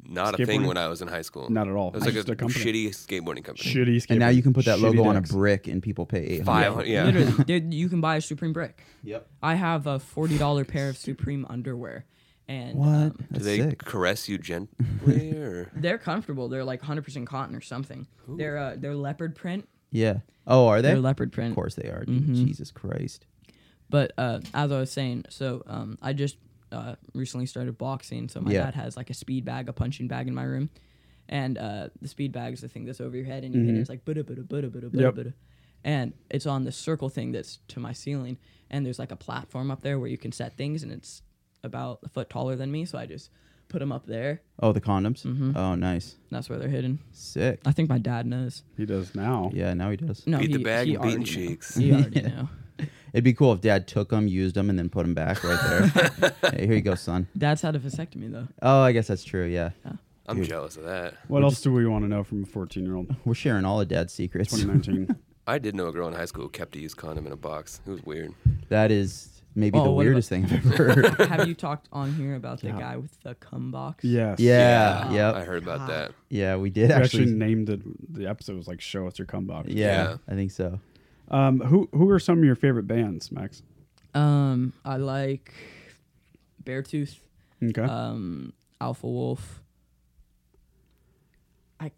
S3: not a thing
S2: Skateboarding?
S3: when I was in high school.
S2: Not at all.
S3: It was
S2: It's
S3: like
S2: just
S3: a,
S2: a company.
S3: shitty skateboarding company.
S2: Shitty skateboarding.
S1: And now you can put that
S2: Shitty
S1: logo on a
S2: decks.
S1: brick, and people pay eight
S3: Five
S1: hundred.
S3: hundred, yeah.
S4: literally, dude, you can buy a Supreme brick.
S1: Yep.
S4: I have a forty dollar pair of Supreme underwear, and
S1: What?
S4: um,
S3: Do
S1: That's
S3: they
S1: sick.
S3: caress you gently or?
S4: they're comfortable. They're like 100% cotton or something. They're uh, they're leopard print.
S1: Yeah. Oh, are they?
S4: They're leopard print.
S1: Of course they are. dude. Jesus Christ.
S4: But uh, as I was saying, so um, I just uh, recently started boxing. So my
S1: Yeah.
S4: dad has like a speed bag, a punching bag in my room, and uh, the speed bag is the thing that's over your head, and you hit it, it's like buda buda buda buda buda
S2: Yep.
S4: buda, and it's on the circle thing that's to my ceiling, and there's like a platform up there where you can set things, and it's about a foot taller than me, so I just put them up there.
S1: Oh, the condoms. Oh, nice.
S4: And that's where they're hidden.
S1: Sick.
S4: I think my dad knows.
S2: He does now.
S1: Yeah, now he does.
S4: No,
S3: Beat the
S4: he-
S3: bag
S4: he
S3: and beaten
S4: already knew.
S3: cheeks.
S4: He already know.
S1: It'd be cool if Dad took them, used them, and then put them back right there. hey, here you go, son.
S4: Dad's had a vasectomy though.
S1: Oh, I guess that's true. Yeah,
S3: I'm
S1: Dude.
S3: jealous of that.
S2: What else do we want to know from a 14 year old?
S1: we're sharing all of Dad's secrets.
S2: 2019.
S3: I did know a girl in high school who kept a used condom in a box. It was weird.
S1: that is maybe
S4: Oh,
S1: the
S4: what
S1: weirdest thing I've ever heard.
S4: Have you talked on here about the guy with the cum box?
S2: yes.
S1: yeah, yep.
S3: I heard about that.
S1: yeah, we did
S2: We actually,
S1: actually.
S2: named it. The episode was like "Show Us Your Comeback."
S1: yeah,
S3: Yeah.
S1: I think so.
S2: Um, who who are some of your favorite bands, Max?
S4: Um, I like Beartooth,
S2: Okay.
S1: Uh,
S4: um, Alpha Wolf. I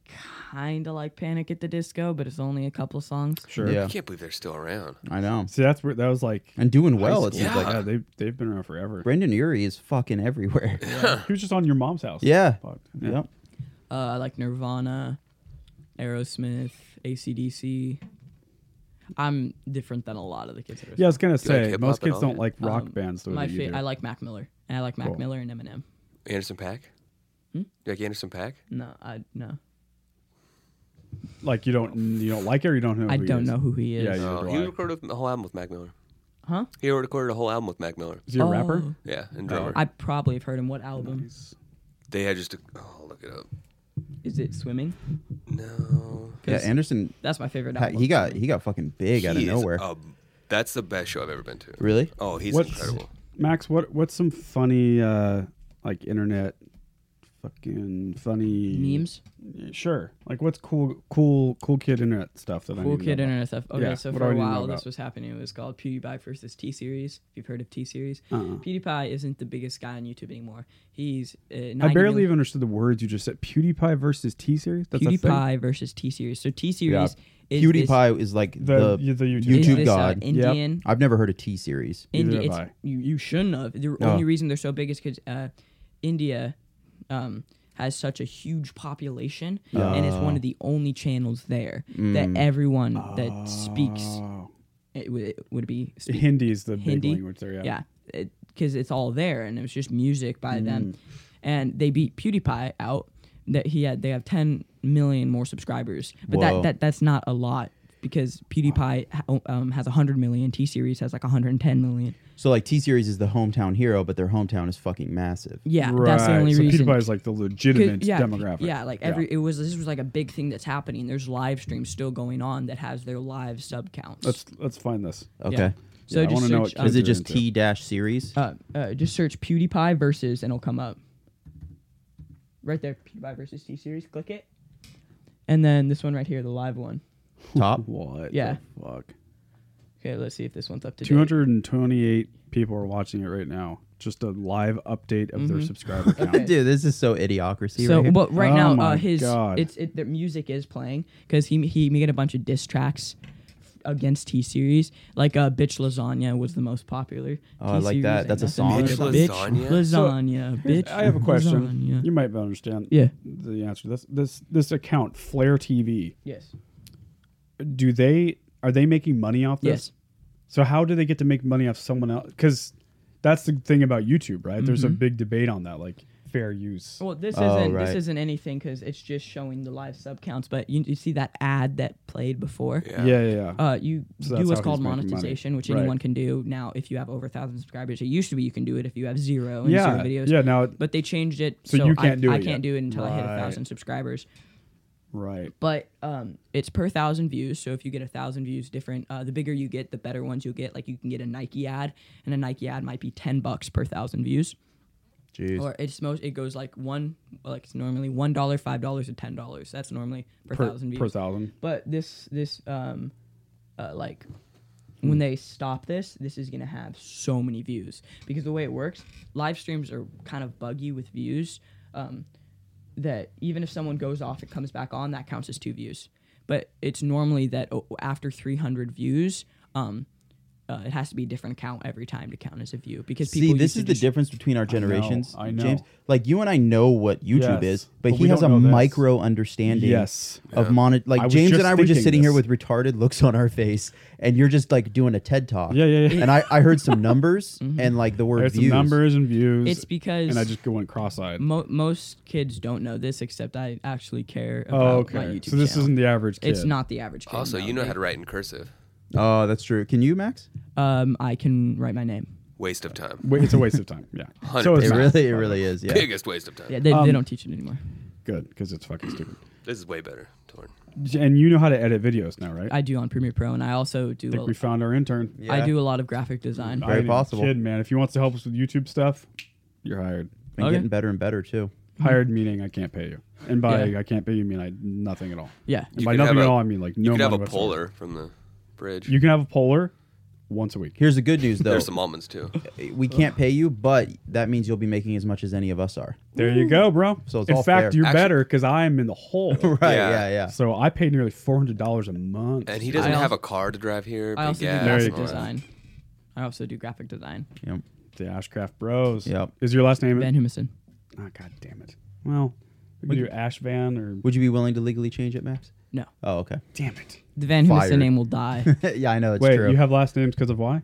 S4: kind of like Panic at the Disco, but it's only a couple songs.
S2: sure.
S1: Yeah,
S3: I can't believe they're still around.
S1: I know.
S2: See, that's where that was like.
S1: And doing
S2: high
S1: well. It
S2: school.
S1: seems
S3: Yeah.
S1: like
S2: yeah, they they've been around forever.
S1: Brendan Urie is fucking everywhere.
S2: He was just on your mom's house.
S1: Yeah.
S2: Fuck.
S1: Yep.
S4: Uh, I like Nirvana, Aerosmith, ACDC. I'm different than a lot of the kids. That are
S2: Yeah, I was gonna
S3: like
S2: say
S3: hip-hop
S2: most
S3: at
S2: kids
S3: all?
S2: don't like rock
S4: Um,
S2: bands the way
S4: my
S2: that you
S4: fa-
S2: do.
S4: I like Mac Miller, and I like Mac
S2: Cool.
S4: Miller and Eminem.
S3: Anderson Pack? Do You like Anderson Pack?
S4: No, I no,
S2: Like, you don't you don't like it or you don't know.
S4: I
S2: who he
S4: don't
S2: is?
S4: know who he is.
S2: Yeah,
S3: No,
S2: do
S3: Oh, he
S2: I.
S3: recorded a whole album with Mac Miller.
S4: Huh?
S3: He recorded a whole album with Mac Miller.
S4: Oh,
S2: Is he a rapper?
S3: Yeah, and drummer.
S4: I probably have heard him. What album
S3: they had just. A, oh, look it up.
S4: is it? Swimming.
S3: No.
S4: 'Cause
S1: Yeah, Anderson.
S4: That's my favorite
S1: Pat-
S4: album.
S1: He got he got fucking big out of
S3: He is
S1: nowhere.
S3: a- that's the best show I've ever been to.
S1: Really?
S3: Oh, he's
S2: What's-
S3: incredible.
S2: Max, what what's some funny uh like internet fucking funny
S4: memes.
S2: Sure. Like what's cool cool cool kid internet stuff that I
S4: Cool
S2: need to
S4: kid
S2: know
S4: internet stuff. Okay,
S2: Yeah,
S4: so
S2: what do
S4: for
S2: I
S4: a
S2: need to know
S4: while this
S2: about?
S4: was happening. It was called PewDiePie versus T Series. If you've heard of T Series,
S2: Uh-uh.
S4: PewDiePie isn't the biggest guy on YouTube anymore. He's uh,
S2: about? I
S4: 90
S2: barely
S4: million-
S2: even understood the words you just said. PewDiePie versus T series. That's a thing?
S4: PewDiePie versus T Series. So T Series is this-
S1: PewDiePie is like
S2: The,
S1: the,
S2: y- the YouTube.
S4: is
S1: YouTube
S4: this, uh,
S1: god.
S2: Yep.
S4: Indian.
S1: I've never heard of T series.
S2: Neither
S4: India,
S2: have
S4: it's, you, you shouldn't have. The only reason they're so big is because uh, India um, has such a huge population, and it's one of the only channels there
S2: Mm.
S4: that everyone
S2: Ah.
S4: that speaks it, w- it would be speak
S2: Hindi is the
S4: Hindi.
S2: big language there. Yeah.
S4: yeah, because it's all there, and it was just music by
S2: Mm.
S4: them, and they beat PewDiePie out. That he had, they have 10 million more subscribers, but
S1: Whoa.
S4: that, that that's not a lot because PewDiePie ha- um, has 100 million, T Series has like 110 million.
S1: So like T series is the hometown hero, but their hometown is fucking massive.
S4: Yeah,
S2: Right.
S4: that's the only
S2: so
S4: reason.
S2: PewDiePie is like the legitimate
S4: Could- yeah,
S2: demographic.
S4: Yeah, like every it was this was like a big thing that's happening. There's live streams still going on that has their live sub counts.
S2: Let's let's find this.
S1: Okay.
S4: Yeah. So
S2: Yeah, I
S4: just
S2: wanna know
S4: search
S2: what
S1: Is
S4: um,
S1: it just
S2: Into-
S1: T dash series?
S4: uh, uh, just search PewDiePie versus and it'll come up. Right there, PewDiePie versus T series. Click it, and then this one right here, the live one.
S1: Top.
S2: What?
S4: Yeah.
S2: The fuck.
S4: Okay, let's see if this one's up to date.
S2: Two hundred and twenty-eight people are watching it right now. Just a live update of
S4: Mm-hmm.
S2: their subscriber count.
S1: Dude, this is so idiocracy.
S4: So,
S1: right here.
S4: but right
S2: Oh
S4: now,
S2: my
S4: uh, his
S2: God.
S4: it's it, the music is playing because he he made a bunch of diss tracks against T series. Like uh, "Bitch Lasagna" was the most popular.
S1: Oh, I like
S4: T-Series
S1: that.
S4: ain't
S1: That's a
S4: nothing but
S3: song?
S4: a
S3: Bitch
S4: Bitch
S3: Lasagna?
S4: lasagna. bitch.
S2: I have a question.
S4: lasagna.
S2: You might not understand.
S4: Yeah.
S2: The answer. to This this this account, Flare TV.
S4: Yes.
S2: Do they are they making money off this?
S4: Yes.
S2: So how do they get to make money off someone else? Because that's the thing about YouTube, right? There's a big debate on that, like fair use.
S4: Mm-hmm. Well, this
S1: Oh,
S4: isn't
S1: right.
S4: this isn't anything because it's just showing the live sub counts. But you, you see that ad that played before.
S3: Yeah.
S2: yeah, yeah. yeah.
S4: Uh, you
S2: So
S4: do
S2: that's
S4: what's
S2: how
S4: called
S2: he's making money.
S4: monetization, which
S2: Right.
S4: anyone can do now. If you have over a thousand subscribers, it used to be you can do it if you have zero and
S2: yeah,
S4: zero videos.
S2: yeah. Now, it-
S4: but they changed it.
S2: So
S4: So,
S2: you
S4: I,
S2: can't do
S4: I
S2: it yet.
S4: can't do it until I hit
S2: Right.
S4: a thousand subscribers.
S2: right.
S4: But um, it's per thousand views. So if you get a thousand views, different. Uh, the bigger you get, the better ones you'll get. Like you can get a Nike ad, and a Nike ad might be ten bucks per thousand views.
S1: Jeez.
S4: Or it's most. It goes like one. Like it's normally one dollar, five dollars, or ten dollars. That's normally per,
S2: Per
S4: thousand views.
S2: per thousand.
S4: but this this um, uh, like
S2: Hmm.
S4: when they stop this, this is gonna have so many views because the way it works, live streams are kind of buggy with views. Um, that even if someone goes off and comes back on, that counts as two views. But it's normally that oh, after 300 views, um, uh, it has to be a different account every time to count as a view because people.
S1: See, this
S4: used to
S1: is the
S4: just-
S1: difference between our generations,
S2: I know.
S1: James. Like you and I know what YouTube
S2: Yes,
S1: is, but,
S2: but
S1: he
S2: we
S1: has a
S2: don't know this.
S1: micro understanding
S2: Yes.
S1: of monet. Like
S2: I was
S1: James
S2: just
S1: and I were just
S2: thinking
S1: sitting here
S2: this.
S1: with retarded looks on our face, and you're just like doing a TED talk.
S2: Yeah, yeah, yeah.
S1: And I, I heard some numbers and like the word
S2: There's some
S1: views.
S2: numbers and views.
S4: It's because
S2: and I just went cross-eyed.
S4: Mo- most kids don't know this, except I actually care about
S2: Oh,
S4: my
S2: okay.
S4: YouTube
S2: So this
S4: channel.
S2: isn't the average kid.
S4: It's not the average kid.
S3: Also,
S4: no.
S3: you know how to write in cursive.
S1: Oh, that's true. Can you, Max?
S4: Um, I can write my name.
S3: Waste of time.
S2: Wa- It's a waste of time. Yeah.
S3: Hundred
S2: so it's
S3: percent.
S1: It
S2: not.
S1: really, it really is. Yeah.
S3: Biggest waste of time.
S4: Yeah, they,
S2: Um,
S4: they don't teach it anymore.
S2: good because it's fucking stupid.
S3: This is way better, Torn.
S2: And you know how to edit videos now, right? I
S4: I do on Premiere Pro, and I also do.
S2: think
S4: A,
S2: we found our intern.
S1: Yeah.
S4: I do a lot of graphic design.
S1: Very
S2: I ain't
S1: possible.
S2: Kid, man, if he wants to help us with YouTube stuff, you're hired.
S1: Been
S4: Okay.
S1: getting better and better too.
S2: Hired meaning I can't pay you, and by
S4: Yeah.
S2: I can't pay you mean I nothing at all.
S4: Yeah,
S2: And by
S3: could have
S2: nothing at
S3: a-
S2: all, I mean like
S3: You
S2: no
S3: could have
S2: money
S3: a
S2: whatsoever.
S3: polar from the bridge.
S2: You can have a polar once a week.
S1: Here's the good news though.
S3: There's some almonds too.
S1: we can't pay you, but that means you'll be making as much as any of us are.
S2: There you go, bro.
S1: So it's
S2: in
S1: all
S2: fact,
S1: fair.
S2: you're
S3: Actually-
S2: better because I'm in the hole.
S1: Right.
S3: Yeah.
S1: Yeah. Yeah.
S2: So I paid nearly four hundred dollars a month.
S3: And he doesn't
S4: I
S3: have
S4: also-
S3: a car to drive here.
S4: I
S3: big
S4: also do
S3: gas,
S2: Very
S3: and
S4: graphic
S3: all that.
S2: good.
S4: design. I also do graphic design.
S1: Yep.
S2: the Ashcraft Bros.
S1: Yep.
S2: Is your last name?
S4: Ben Humison.
S1: Oh,
S2: Ah, God damn it. Well, we can do Ash Van or
S1: Would you be willing to legally change it, Max?
S4: No,
S1: Oh, okay.
S2: damn it.
S4: the Van Humison
S1: Fired.
S4: name will die.
S1: yeah, I know it's
S2: Wait,
S1: true.
S2: you have last names because of why?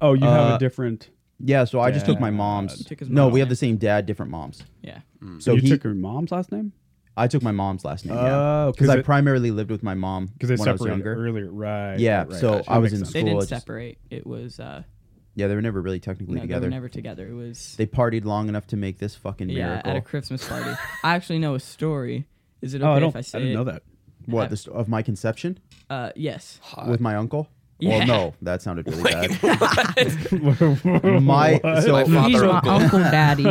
S2: Oh, you have a
S1: Uh,
S2: different.
S1: yeah, so I just took my
S2: Dad.
S1: mom's.
S4: Took his
S1: no,
S4: mom's
S1: we have
S4: name.
S1: the same dad, different moms.
S4: yeah,
S1: So
S2: you
S1: he,
S2: took your mom's last name
S1: I took my mom's last name.
S2: Oh, 'cause
S1: because I
S2: it-
S1: primarily lived with my mom
S2: because they
S1: when I was
S2: separated
S1: younger.
S2: earlier, right?
S1: Yeah,
S2: right, right,
S1: so
S2: gotcha.
S1: I
S2: That
S1: was
S2: makes
S1: in
S2: sense.
S4: they
S1: Cool,
S4: didn't
S1: it's-
S4: separate. It was uh,
S1: Yeah, they were never really technically
S4: no, they
S1: together.
S4: were never together. It was
S1: They partied long enough to make this fucking
S4: yeah
S1: miracle.
S4: at a Christmas party. I actually know a story. Is it okay
S2: Oh, I
S4: if
S2: don't.
S4: I
S2: I,
S4: say
S2: didn't
S4: it?
S2: know that.
S1: what the st- of my conception
S4: Uh, yes.
S1: with my uncle?
S4: Yeah.
S1: Well, no, that sounded really bad.
S2: my
S1: My so
S3: My father
S4: He's my
S3: uncle.
S4: uncle daddy.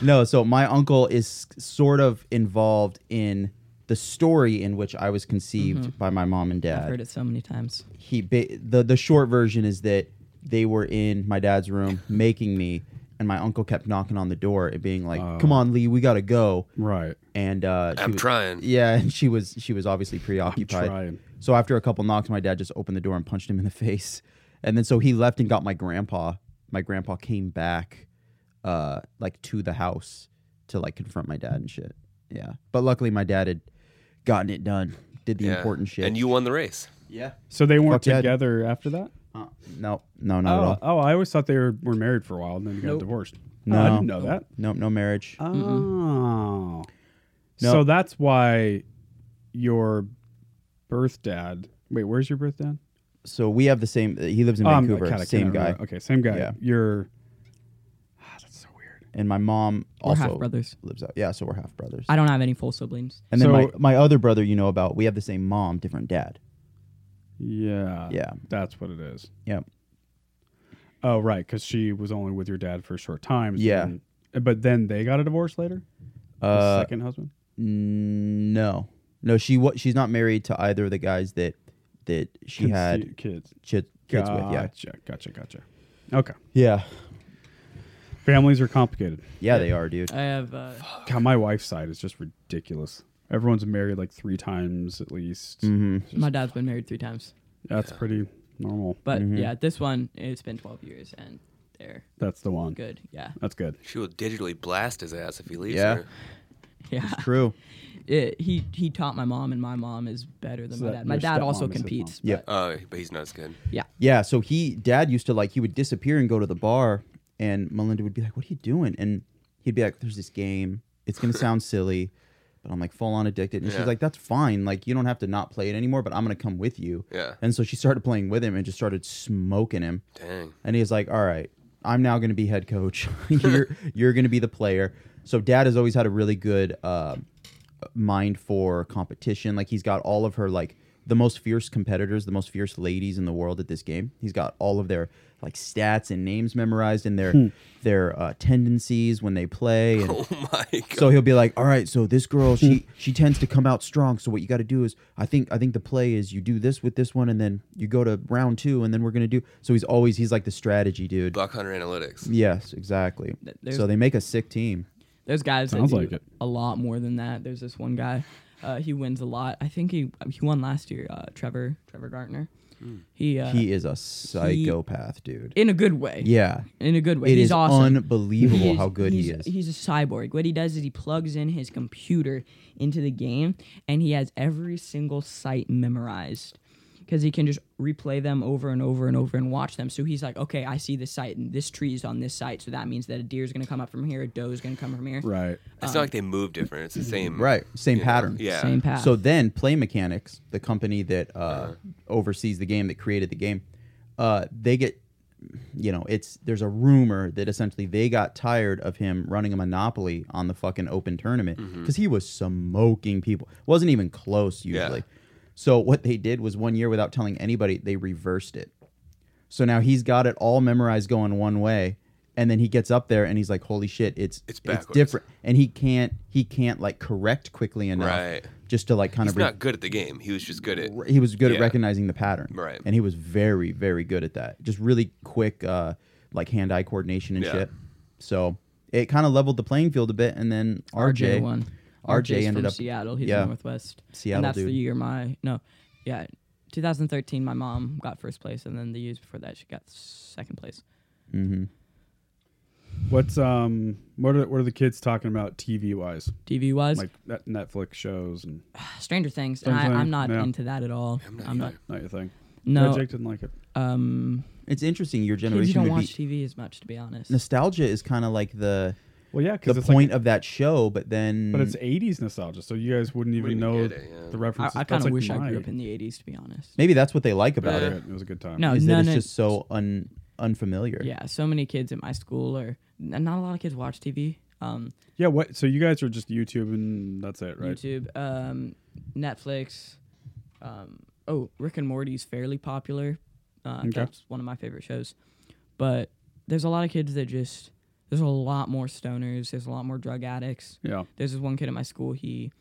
S1: No, so my uncle is s- sort of involved in the story in which I was conceived by my mom and
S4: Mm-hmm. I've heard
S1: dad.
S4: it so many times.
S1: He ba- the the short version is that they were in my dad's room making me, and my uncle kept knocking on the door and being like,
S2: Oh.
S1: "Come on, Lee, we gotta go."
S2: right.
S1: And uh, she
S3: I'm
S1: was-
S3: trying.
S1: Yeah, and she was she was obviously preoccupied.
S2: trying.
S1: So after a couple knocks, my dad just opened the door and punched him in the face, and then so he left and got my grandpa. My grandpa came back, uh, like to the house to like confront my dad and shit. Yeah, but luckily my dad had gotten it done, did the
S3: Yeah.
S1: important shit.
S3: And you won the race.
S1: yeah,
S2: So they weren't
S1: Fuck yeah.
S2: together after that.
S1: uh, no, no, not at
S2: Oh,
S1: all.
S2: oh, I always thought they were, were married for a while and then got
S4: Nope.
S2: divorced.
S1: No.
S2: Oh, I didn't know that.
S1: Nope, no marriage.
S2: Oh.
S1: No.
S2: So that's why your birth dad. Wait, where's your birth dad?
S1: So we have the same. He lives in
S2: Oh, I'm- I
S1: Vancouver,
S2: kinda-
S1: same
S2: kinda
S1: guy.
S2: remember. Okay, same guy.
S1: Yeah.
S2: You're. Ah, that's so weird.
S1: And my mom
S4: We're
S1: also
S4: half-brothers.
S1: lives out. Yeah, so we're half brothers.
S4: I don't have any full siblings.
S1: And then
S2: So-
S1: my, my other brother, you know about, we have the same mom, different dad.
S2: Yeah.
S1: Yeah.
S2: That's what it is.
S1: Yep.
S2: Oh, right. Because she was only with your dad for a short time. so
S1: Yeah.
S2: then- but then they got a divorce later. The
S1: Uh,
S2: second husband.
S1: n- no, no, she wa- she's not married to either of the guys that that she had
S2: Conce- kids.
S1: chi- kids with. Yeah,
S2: Gotcha. Gotcha. Gotcha. Okay.
S1: yeah,
S2: Families are complicated.
S1: yeah. They are, dude.
S4: I have uh,
S2: God, my wife's side is just ridiculous. Everyone's married like three times at least.
S1: Mm-hmm.
S4: my dad's been married three times,
S2: That's pretty normal.
S4: but
S1: Mm-hmm.
S4: yeah, this one it's been twelve years, and they're
S2: That's the one.
S4: good. Yeah,
S2: That's good.
S3: She will digitally blast his ass if he leaves
S1: Yeah.
S3: her.
S4: yeah.
S1: True.
S4: It, he he taught my mom, and my mom is better than
S2: So
S4: my
S2: that
S4: dad. My
S2: your
S4: dad also
S2: stepmom is his
S4: competes.
S1: mom. Yeah.
S4: but-
S3: Oh, but he's not as good.
S4: yeah.
S1: Yeah. So he dad used to like he would disappear and go to the bar, and Melinda would be like, "What are you doing?" And he'd be like, "There's this game. It's gonna sound silly." But I'm like full on addicted, and
S3: Yeah.
S1: she's like, "That's fine. Like you don't have to not play it anymore, but I'm gonna come with you."
S3: Yeah.
S1: And so she started playing with him and just started smoking him.
S3: Dang.
S1: And he's like, "All right, I'm now going to be head coach. you're you're going to be the player." So dad has always had a really good uh, mind for competition. Like he's got all of her like the most fierce competitors, the most fierce ladies in the world at this game. He's got all of their like stats and names memorized and their their uh, tendencies when they play. And
S3: Oh my god.
S1: so he'll be like, "All right, so this girl,
S4: Hmm.
S1: she she tends to come out strong. So what you got to do is, I think I think the play is you do this with this one, and then you go to round two, and then we're gonna do." So he's always he's like the strategy dude.
S3: Buck Hunter Analytics.
S1: Yes, exactly.
S4: there's-
S1: So they make a sick team.
S4: There's guys that
S2: Sounds
S4: do
S2: like it.
S4: a lot more than that. There's this one guy. Uh, he wins a lot. I think he he won last year. Uh, Trevor Trevor Gardner.
S2: Hmm.
S4: He, uh,
S1: He is a psychopath, dude.
S4: in a good way.
S1: yeah,
S4: in a good way.
S1: it
S4: he's
S1: is
S4: awesome.
S1: unbelievable
S4: He's-
S1: how good he is.
S4: he's- He's a cyborg. What he does is he plugs in his computer into the game, and he has every single site memorized because he can just replay them over and over and over and watch them. So he's like, okay, I see this site, and this tree is on this site, so that means that a deer is going to come up from here, a doe is going to come from here.
S2: Right.
S3: It's not like they move different. It's the same.
S1: right, same
S3: you know,
S1: pattern.
S3: Yeah.
S4: Same path.
S1: So then, Play Mechanics, the company that uh,
S3: Uh-huh.
S1: oversees the game that created the game, uh, they get, you know, it's there's a rumor that essentially they got tired of him running a monopoly on the fucking open tournament
S3: Mm-hmm.
S1: because he was smoking people, wasn't even close usually. So what they did was one year without telling anybody, they reversed it. So now he's got it all memorized going one way. And then he gets up there and he's like, "Holy shit, it's
S3: It's
S1: it's
S3: backwards.
S1: different." And he can't he can't like correct quickly enough
S3: Right.
S1: just to like kind
S3: He's
S1: of re-
S3: not good at the game. He was just good at.
S1: he was good at
S3: Yeah.
S1: recognizing the pattern
S3: Right.
S1: and he was very very good at that just really quick uh like hand-eye coordination and
S3: Yeah.
S1: shit so it kind of leveled the playing field a bit and then rj,
S4: RJ won.
S1: rj
S4: RJ's
S1: ended
S4: from
S1: up
S4: Seattle. He's
S1: yeah
S4: in Northwest.
S1: Seattle
S4: And that's
S1: dude.
S4: the year my no, yeah, 2013. My mom got first place, and then the years before that, she got second place.
S2: What's um? What are what are the kids talking about TV wise?
S4: TV wise,
S2: Like that Netflix shows and
S4: Stranger Things, and
S2: Stranger
S4: I, I'm
S2: Things,
S4: not
S2: yeah.
S4: into that at all. I'm not.
S2: not your thing.
S4: No.
S2: Jake didn't like it.
S4: um,
S1: it's interesting your
S4: kids, you
S1: generation
S4: don't
S1: would
S4: watch
S1: be,
S4: TV as much, to be honest.
S1: nostalgia is kind of like the
S2: Well, yeah, because
S1: the
S2: it's
S1: point
S2: like,
S1: of that show but then
S2: but it's '80s nostalgia, so you guys wouldn't even
S3: Wouldn't
S2: know
S3: even get it, yeah.
S2: the
S4: I,
S2: references.
S4: I kind
S2: That's
S4: of
S2: like
S4: wish I grew
S2: my-
S4: up in the '80s, to be honest.
S1: maybe that's what they like about
S3: Yeah.
S1: it
S2: It was a good time.
S4: No,
S1: is that
S4: none
S1: it's
S4: of
S1: just so un unfamiliar
S4: yeah. So many kids at my school are n- not a lot of kids watch TV. Um,
S2: Yeah. What? So you guys are just YouTube and that's it, right?
S4: YouTube, um, Netflix. Um, oh, Rick and Morty's fairly popular. Uh,
S2: Okay.
S4: That's one of my favorite shows. But there's a lot of kids that just there's a lot more stoners. There's a lot more drug addicts.
S2: Yeah.
S4: There's this one kid at my school. He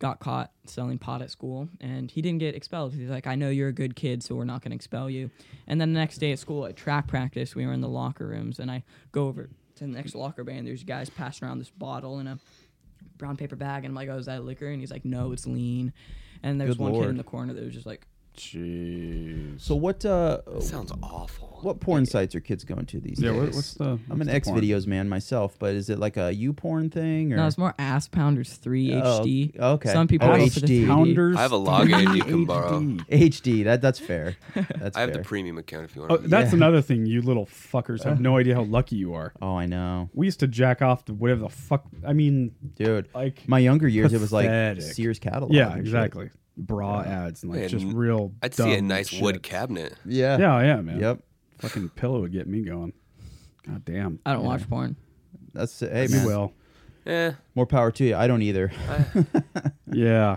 S4: got caught selling pot at school, and he didn't get expelled. He's like, "I know you're a good kid, so we're not going to expel you." And then the next day at school, at track practice, we were in the locker rooms, and I go over to the next locker bay, and there's guys passing around this bottle in a brown paper bag, and I'm like, "Oh, is that liquor?" And he's like, "No, it's lean." And there's
S1: Good
S4: one kid
S1: lord.
S4: in the corner that was just like,
S2: Jeez.
S1: so what uh
S3: Sounds awful.
S1: what porn sites are kids going to these
S2: Yeah.
S1: days
S2: What, what's the?
S1: I'm
S2: what's
S1: an
S2: the
S1: X
S2: porn?
S1: videos man myself, but is it like a U porn thing or
S4: "No, it's more Ass Pounders Three
S1: Oh,
S4: HD."
S1: okay.
S4: Some people
S1: Oh,
S4: go for the
S1: HD.
S4: 3D.
S2: Pounders.
S3: I have a login you can
S2: HD.
S3: borrow.
S1: HD? That that's fair. That's
S3: I have
S1: fair.
S3: the premium account if you want.
S2: Oh,
S3: to
S2: that's another thing. You little fuckers have no idea how lucky you are.
S1: oh, I know,
S2: We used to jack off to whatever the fuck. I mean,
S1: dude.
S2: Like,
S1: my younger years, it was like
S2: pathetic.
S1: Sears catalog.
S2: yeah,
S1: and shit.
S2: exactly. Bra ads and like
S3: Yeah,
S2: just
S3: n-
S2: real.
S3: I'd see a
S2: dumb
S3: nice
S2: shit.
S3: wood cabinet.
S1: Yeah.
S2: Yeah, yeah, man.
S1: Yep.
S2: Fucking pillow would get me going. God damn.
S4: I don't watch porn.
S1: That's hey
S2: You
S1: man.
S2: will.
S3: Eh,
S1: More power to you. I don't either.
S2: Yeah.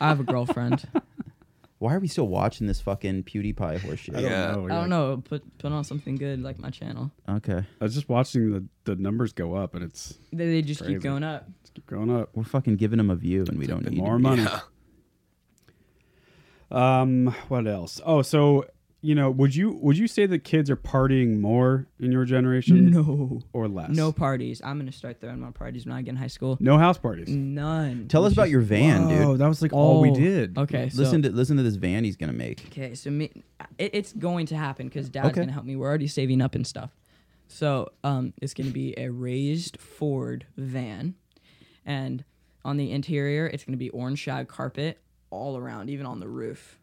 S4: I have a girlfriend.
S1: Why are we still watching this fucking PewDiePie horseshit?
S3: Yeah.
S2: I don't know.
S4: I
S2: yeah.
S4: don't know. Put put on something good like my channel.
S1: Okay.
S2: I was just watching the, the numbers go up and it's,
S4: They, they just
S2: Crazy.
S4: keep going up.
S2: it's keep going up.
S1: We're fucking giving them a view, and we don't need
S2: More
S1: it.
S2: money.
S3: yeah.
S2: Um, what else? Oh, so you know, would you would you say that kids are partying more in your generation?
S4: No.
S2: Or less?
S4: No parties. I'm gonna start throwing my parties when I get in high school.
S2: No house parties.
S4: None.
S1: Tell us about your van,
S2: Oh,
S1: dude.
S2: that was like all we
S4: Oh,
S2: did.
S4: Okay.
S1: Listen
S4: so,
S1: to listen to this van he's gonna make.
S4: Okay, so me, it, it's going to happen because dad's
S1: Okay.
S4: gonna help me. We're already saving up and stuff. So um, it's gonna be a raised Ford van, and on the interior, it's gonna be orange shag carpet all around, even on the roof.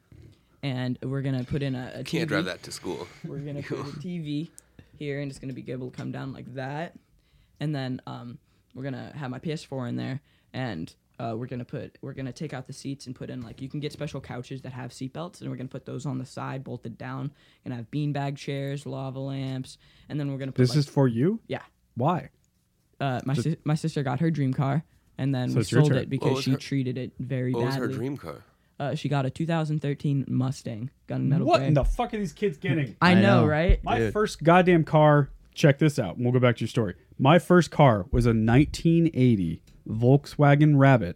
S4: And we're gonna put in a, a
S3: Can't
S4: TV.
S3: drive that to school.
S4: We're gonna put the TV here, and it's gonna be able to come down like that. And then um, we're gonna have my PS4 in there, and uh, we're gonna put we're gonna take out the seats and put in like you can get special couches that have seatbelts, and we're gonna put those on the side, bolted down. Gonna have beanbag chairs, lava lamps, and then we're gonna put
S2: This
S4: like-
S2: is for you?
S4: yeah.
S2: Why?
S4: Uh, my si- my sister got her dream car, and then
S2: So
S4: we
S2: it's your
S4: sold
S2: turn.
S4: it
S3: What
S4: because
S3: was
S4: she
S3: her-
S4: treated it very
S3: What was
S4: badly.
S3: her dream car?
S4: Uh, she got a 2013 Mustang gunmetal
S2: What
S4: gray.
S2: in the fuck are these kids getting?
S4: I
S1: I
S4: know,
S1: know.
S4: right?
S2: My
S1: Dude.
S2: first goddamn car. Check this out. and We'll go back to your story. My first car was a 1980 Volkswagen Rabbit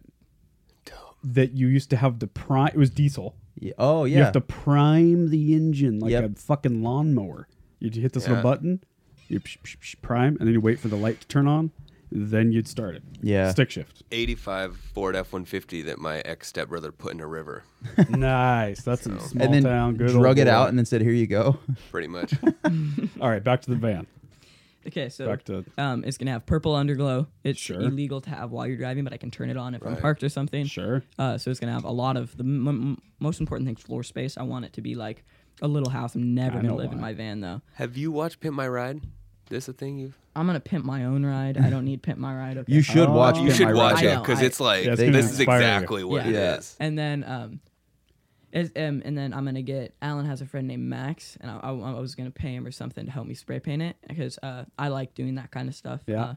S2: that you used to have to prime. It was diesel.
S1: Yeah. Oh yeah.
S2: You have to prime the engine like
S1: Yep.
S2: a fucking lawnmower. You hit this
S3: Yeah.
S2: little button, you psh, psh, psh, prime, and then you wait for the light to turn on. Then you'd start it.
S1: Yeah.
S2: Stick shift.
S3: 85 Ford F-150 that my ex stepbrother put in a river,
S2: nice. That's a small
S1: and then
S2: town. Good.
S1: drug
S2: old
S1: it
S2: boy.
S1: out and then said, "Here you go."
S3: pretty much.
S2: All right, back to the van.
S4: Okay, so
S2: Back to-
S4: um, it's gonna have purple underglow. It's
S2: Sure.
S4: illegal to have while you're driving, but I can turn it on if I'm
S3: Right.
S4: parked or something.
S2: Sure.
S4: Uh, so it's gonna have a lot of the m- m- most important thing: floor space. I want it to be like a little house. I'm never
S2: I
S4: gonna
S2: know
S4: live in
S2: why.
S4: my van though.
S3: Have you watched Pimp My Ride? This a thing you've?
S4: I'm gonna pimp my own ride. I don't need pimp my ride. Okay.
S1: You should watch.
S2: You
S3: You
S1: Pimp
S3: should
S1: My
S3: watch
S1: Ride.
S4: I
S3: it
S4: know,
S3: because
S4: I-
S3: it's like
S2: Yeah, it's
S1: gonna
S3: this is
S2: inspire you.
S3: exactly what it
S1: Yeah.
S3: is.
S4: And then um, is, um, and then I'm gonna get Alan has a friend named Max, and I, I, I was gonna pay him or something to help me spray paint it because uh, I like doing that kind of stuff.
S2: Yeah.
S4: Uh,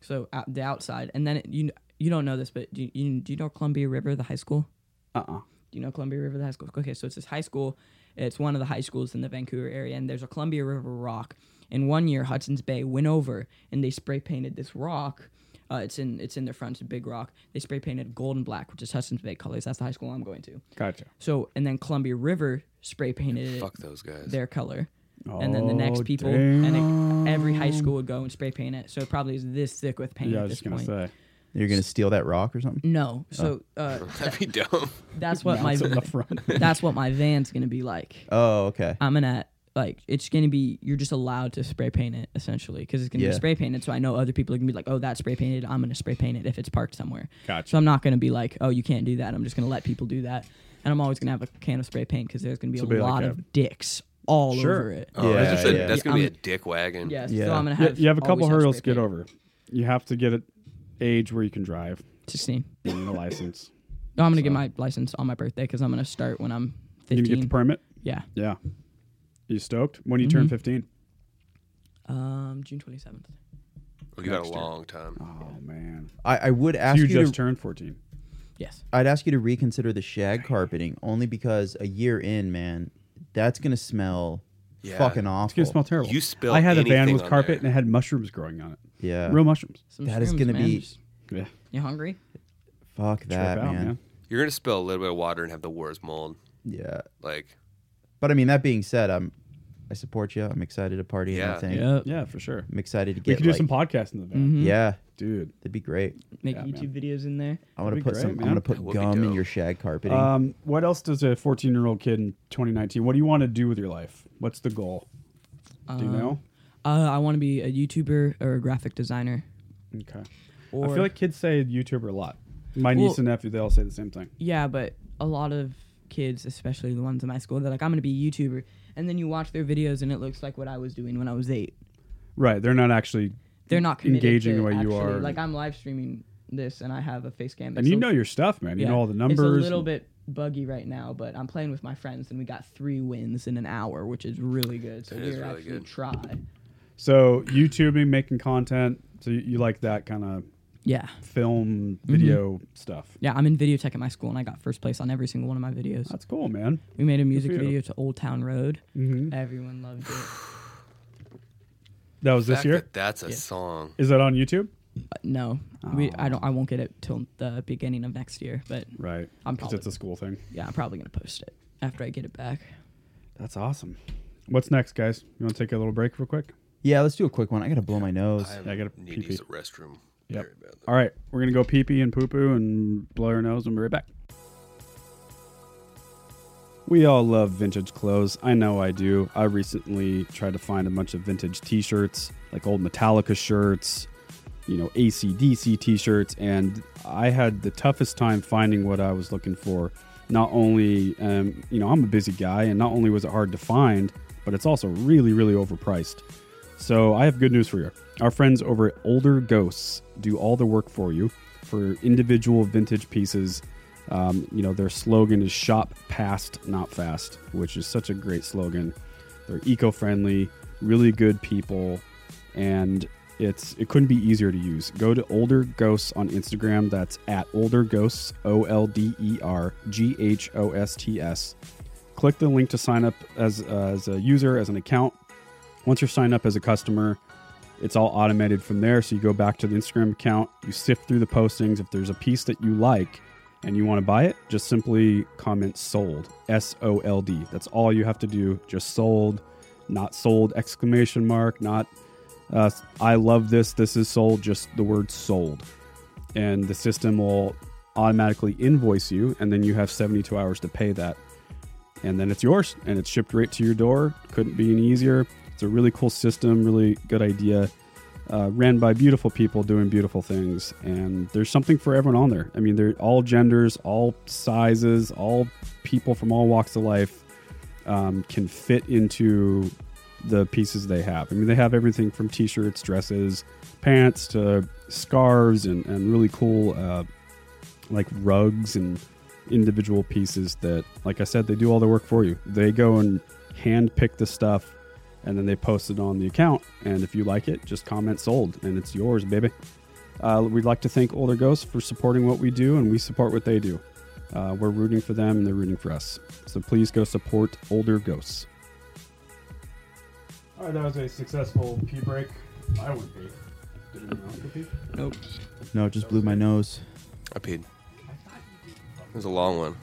S4: so out, the outside, and then it, you kn- you don't know this, but do you, you do you know Columbia River, the high school?
S2: Uh-uh.
S4: Do you know Columbia River, the high school? Okay, so it's this high school. It's one of the high schools in the Vancouver area, and there's a Columbia River rock. And one year, Hudson's Bay went over and they spray painted this rock. Uh, it's in it's in their front, it's a big rock. They spray painted gold and black, which is Hudson's Bay colors. That's the high school I'm going to.
S2: Gotcha.
S4: So and then Columbia River spray painted
S3: Fuck
S4: it
S3: those guys.
S4: their color. and then the next
S2: Oh,
S4: people and it, every high school would go and spray paint it. So it probably is this thick with paint
S2: Yeah, I
S4: at
S2: was
S4: this
S2: just gonna say.
S4: point.
S2: Oh.
S1: You're gonna steal that rock or
S2: Mm.
S1: something.
S4: No. So uh,
S3: That'd be dumb.
S4: that's what my
S2: It's in the front.
S4: that's what my van's gonna be like.
S1: Oh, okay.
S4: I'm gonna like it's gonna be you're just allowed to spray paint it essentially because it's gonna
S1: Yeah.
S4: be spray painted. So I know other people are gonna be like, oh, that's spray painted. I'm gonna spray paint it if it's parked somewhere.
S2: Gotcha.
S4: So I'm not gonna be like, oh, you can't do that. I'm just gonna let people do that. And I'm always gonna have a can of spray paint because there's gonna be
S2: So
S4: a
S2: be like
S4: lot
S2: a-
S4: of dicks all
S2: Sure.
S4: over it.
S3: Oh,
S1: Yeah,
S3: that's just a-
S1: yeah.
S3: that's gonna be
S4: Yeah,
S3: a dick wagon.
S4: Yes.
S1: Yeah.
S4: So I'm gonna
S2: You-
S4: have
S2: you have a couple
S4: always have
S2: hurdles to
S4: spray
S2: get
S4: paint.
S2: over. You have to get an age where you can drive
S4: 16.
S2: and you need a license.
S4: No, I'm gonna get my license on my birthday because I'm gonna start when I'm
S2: You need to
S4: 15.
S2: get the permit.
S4: yeah.
S2: Yeah. You stoked? When you turn 15?
S4: Um, June 27th.
S3: you got a
S2: Next year.
S3: long time.
S2: Oh, man.
S1: I, I would ask
S2: you
S1: you,
S2: just
S1: to.
S2: turned 14.
S4: Yes.
S1: I'd ask you to reconsider the shag carpeting only because a year in, man, that's gonna smell
S3: Yeah.
S1: fucking
S2: It's
S1: awful.
S2: going to smell terrible.
S3: You spilled
S2: I had a van
S3: anything
S2: with
S3: on
S2: carpet
S3: there.
S2: and it had mushrooms growing on it.
S1: yeah,
S2: Real mushrooms.
S4: Some
S1: That is
S4: shrooms,
S1: gonna
S4: man.
S1: be-
S4: Just-
S2: Yeah.
S4: You hungry?
S1: fuck that,
S2: Trip out,
S1: man.
S3: You're gonna spill a little bit of water and have the worst mold.
S1: Yeah,
S3: Like
S1: but I mean, that being said, I'm, I support you. I'm excited to party. and
S3: Yeah.
S1: everything.
S4: Yeah.
S2: Yeah, Mm-hmm. for sure.
S1: I'm excited to
S2: We
S1: get.
S2: could do
S1: like-
S2: some hmm? podcasts in the van.
S1: Yeah,
S2: Dude.
S1: that'd be great.
S4: Make
S2: Yeah,
S4: YouTube videos in there.
S1: I'm gonna
S2: That'd be
S1: put
S2: great,
S1: some.
S2: man.
S1: I'm gonna put
S3: That would be
S1: gum in
S3: dope.
S1: your shag carpeting.
S2: Um, what else does a 14 year old kid in 2019? What do you want to do with your life? What's the goal? do you know?
S4: Uh, I want to be a YouTuber or a graphic designer.
S2: Okay.
S4: Or
S2: I feel like kids say YouTuber a lot. My
S4: Well-
S2: niece and nephew, they all say the same thing.
S4: yeah, but a lot of kids, especially the ones in my school, they're like, I'm gonna be a YouTuber, and then you watch their videos and it looks like what I was doing when I was eight.
S2: Right. They're not actually.
S4: They're not committed
S2: Engaging
S4: to
S2: the way you
S4: actually-
S2: are.
S4: Like I'm live streaming this and I have a face cam.
S2: And
S4: It's
S2: you
S4: a-
S2: know your stuff, man. You know all the numbers.
S4: It's a little
S2: and-
S4: bit buggy right now, but I'm playing with my friends and we got three wins in an hour, which is really good. So
S3: That
S4: we're
S3: is really
S4: actually
S3: good.
S4: try.
S2: So YouTubing, making content. So you, you like that kind of
S4: Yeah.
S2: film, video stuff.
S4: Yeah, I'm in video tech at my school and I got first place on every single one of my videos.
S2: That's cool, man.
S4: We made a music
S2: Uh, you.
S4: video to Old Town Road.
S2: Mm-hmm.
S4: Everyone loved it.
S2: That was
S3: the
S2: this
S3: fact
S2: year.
S3: that that's a song.
S2: Is that on YouTube?
S4: But no, we, I don't. I won't get it till the beginning of next year. But
S2: Right.
S4: I'm
S2: Because
S4: probably-
S2: it's a school thing.
S4: yeah, I'm probably gonna post it after I get it back.
S2: That's awesome. What's next, guys? You want to take a little break real quick?
S1: yeah, let's do a quick one. I gotta blow my nose.
S3: I,
S2: I gotta
S3: need
S2: pee-pee.
S3: to use the restroom.
S2: Yep.
S3: very badly.
S2: All right. We're gonna go pee pee and poo poo and blow our nose and be right back. We all love vintage clothes. I know I do. I recently tried to find a bunch of vintage t shirts, like old Metallica shirts, you know, ACDC t shirts, and I had the toughest time finding what I was looking for. Not only, um, you know, I'm a busy guy, and not only was it hard to find, but it's also really, really overpriced. So I have good news for you. Our friends over at Older Ghosts do all the work for you for individual vintage pieces. Um, you know, their slogan is shop past, not fast, which is such a great slogan. They're eco friendly, really good people, and It's it couldn't be easier to use. Go to Older Ghosts on Instagram. That's at Older Ghosts O L D E R G H O S T S. Click the link to sign up as as a user as an account. Once you're signed up as a customer, it's all automated from there. So you go back to the Instagram account, you sift through the postings. If there's a piece that you like and you want to buy it, just simply comment sold, S O L D. That's all you have to do. Just sold, not sold, exclamation mark, not uh, I love this, this is sold, just the word sold. And the system will automatically invoice you, and then you have 72 hours to pay that and then it's yours and it's shipped right to your door. Couldn't be any easier. It's a really cool system, really good idea. Uh, ran by beautiful people doing beautiful things, and there's something for everyone on there. I mean, they're all genders, all sizes, all people from all walks of life um, can fit into the pieces they have. I mean, they have everything from t shirts, dresses, pants to scarves, and, and really cool uh, like rugs and individual pieces that like i said they do all the work for you they go and hand pick the stuff and then they post it on the account and if you like it just comment sold and it's yours baby uh, we'd like to thank older ghosts for supporting what we do and we support what they do uh, we're rooting for them and they're rooting for us so please go support older ghosts all right that was a successful pee break i would be
S4: Nope.
S1: No, it just blew my nose.
S3: I peed. It was a long one.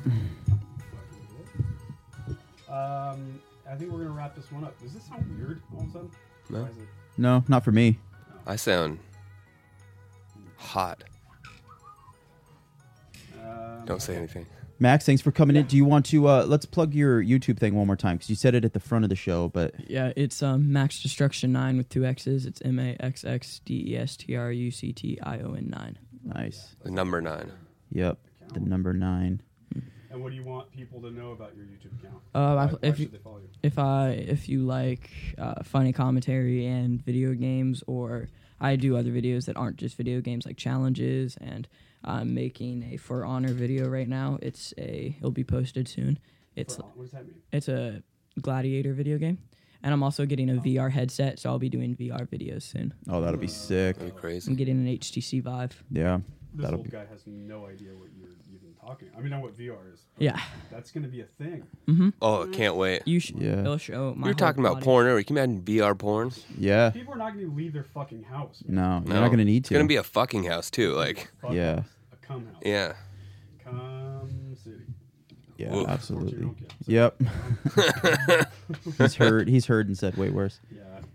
S2: um, i think we're gonna wrap this one up does this sound weird all of a sudden
S3: No. Why is it-
S1: No, not for me.
S3: I sound hot.
S2: Um,
S3: Don't say anything.
S1: Max, thanks for coming in. Do you want to uh, let's plug your YouTube thing one more time because you said it at the front of the show, but
S4: Yeah, it's um, Max Destruction 9 with two X's. It's M A X X D E S T R U C T I O N 9.
S1: nice.
S3: Number nine.
S1: Yep, the number nine.
S2: And what do you want people to know about your YouTube account?
S4: Uh,
S2: why,
S4: I-
S2: why
S4: if
S2: should
S4: you-
S2: they follow you?
S4: If I if you like uh, funny commentary and video games, or I do other videos that aren't just video games, like challenges, and I'm making a For Honor video right now. It's a it'll be posted soon. It's
S2: For- what does that mean?
S4: it's a gladiator video game, and I'm also getting a VR headset, so I'll be doing VR videos soon.
S1: Oh, that'll be sick.
S3: Are you
S4: I'm
S3: crazy?
S4: getting an HTC Vive.
S1: Yeah,
S2: This
S1: that'll
S2: old
S1: be.
S2: guy has no idea what you're even talking. I mean, not what VR is. but
S4: Yeah,
S2: That's going to be a thing.
S3: Oh, I can't wait.
S4: you should.
S1: Yeah.
S4: It'll show my.
S3: We were
S4: whole
S3: talking about
S4: body.
S3: porn earlier. Can you imagine VR porn?
S1: Yeah,
S2: People are not going to leave their fucking house. man.
S1: no,
S3: No.
S1: you're not gonna need
S3: It's
S1: to.
S3: gonna be a fucking house too. Like,
S2: Fuck
S1: Yeah.
S2: house. A cum house.
S3: yeah.
S2: Cum city.
S1: yeah,
S3: Oof.
S1: absolutely.
S2: 14-year-old kid.
S1: Yep. he's heard. He's heard and said way worse.
S2: Yeah.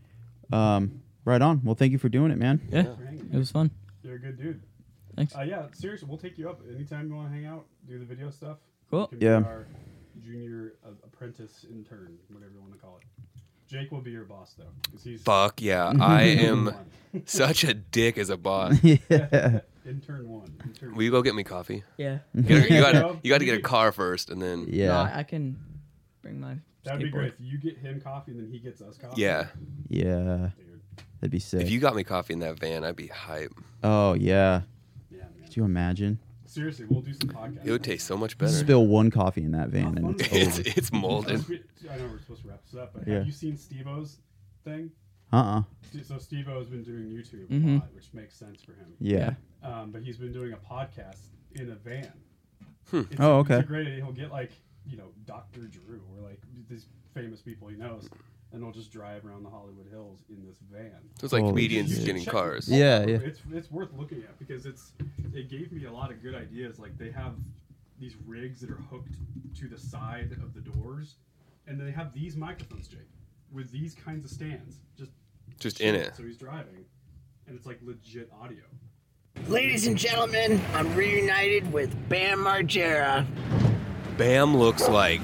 S1: Um, right on. Well, thank you for doing it, man.
S4: Yeah,
S2: You're hanging,
S4: it
S2: man.
S4: was fun.
S2: You're a good dude.
S4: Thanks.
S2: Uh, yeah, seriously, we'll take you up anytime you want to hang out, do the video stuff.
S4: Cool.
S2: You can be
S1: Yeah.
S2: our junior uh, apprentice intern, whatever you want to call it. Jake will be your boss though, because he's
S3: Fuck yeah. I am
S2: one.
S3: such a dick as a boss.
S2: intern one. Intern
S3: Will you go get me coffee?
S4: Yeah.
S3: You gotta, you gotta, you gotta get a car first, and then
S1: Yeah,
S4: No, I, I can bring my.
S2: That'd be
S4: skateboard.
S2: great if you get him coffee and then he gets us coffee.
S3: yeah.
S1: yeah.
S2: Dude.
S1: That'd be sick.
S3: If you got me coffee in that van, I'd be hype.
S1: oh yeah.
S2: Yeah, man.
S1: Could you imagine?
S2: Seriously, we'll do some podcasts.
S3: It would taste so much better.
S1: Spill one coffee in that van and
S3: It's
S1: it's over.
S3: it's molded.
S2: I know we're supposed to wrap this up, but
S1: Yeah.
S2: have you seen Steve-O's thing?
S1: Uh uh
S2: So Steve-O's been doing YouTube a lot, which makes sense for him.
S1: Mm-hmm. Yeah.
S2: um, but he's been doing a podcast in a van.
S3: Hmm.
S2: It's,
S1: Oh,
S2: It's
S1: okay.
S2: a great idea. He'll get like you know Dr. Drew or like these famous people he knows, and they'll just drive around the Hollywood Hills in this van.
S3: So it's like
S1: Holy
S3: comedians
S1: shit.
S3: getting
S2: Check-
S3: cars.
S1: Yeah, yeah.
S2: It's it's worth looking at because it's it gave me a lot of good ideas. Like they have these rigs that are hooked to the side of the doors, and they have these microphones, Jake, with these kinds of stands, just
S3: Just in it.
S2: So he's driving, and it's like legit audio.
S5: Ladies and gentlemen, I'm reunited with Bam Margera.
S3: Bam looks like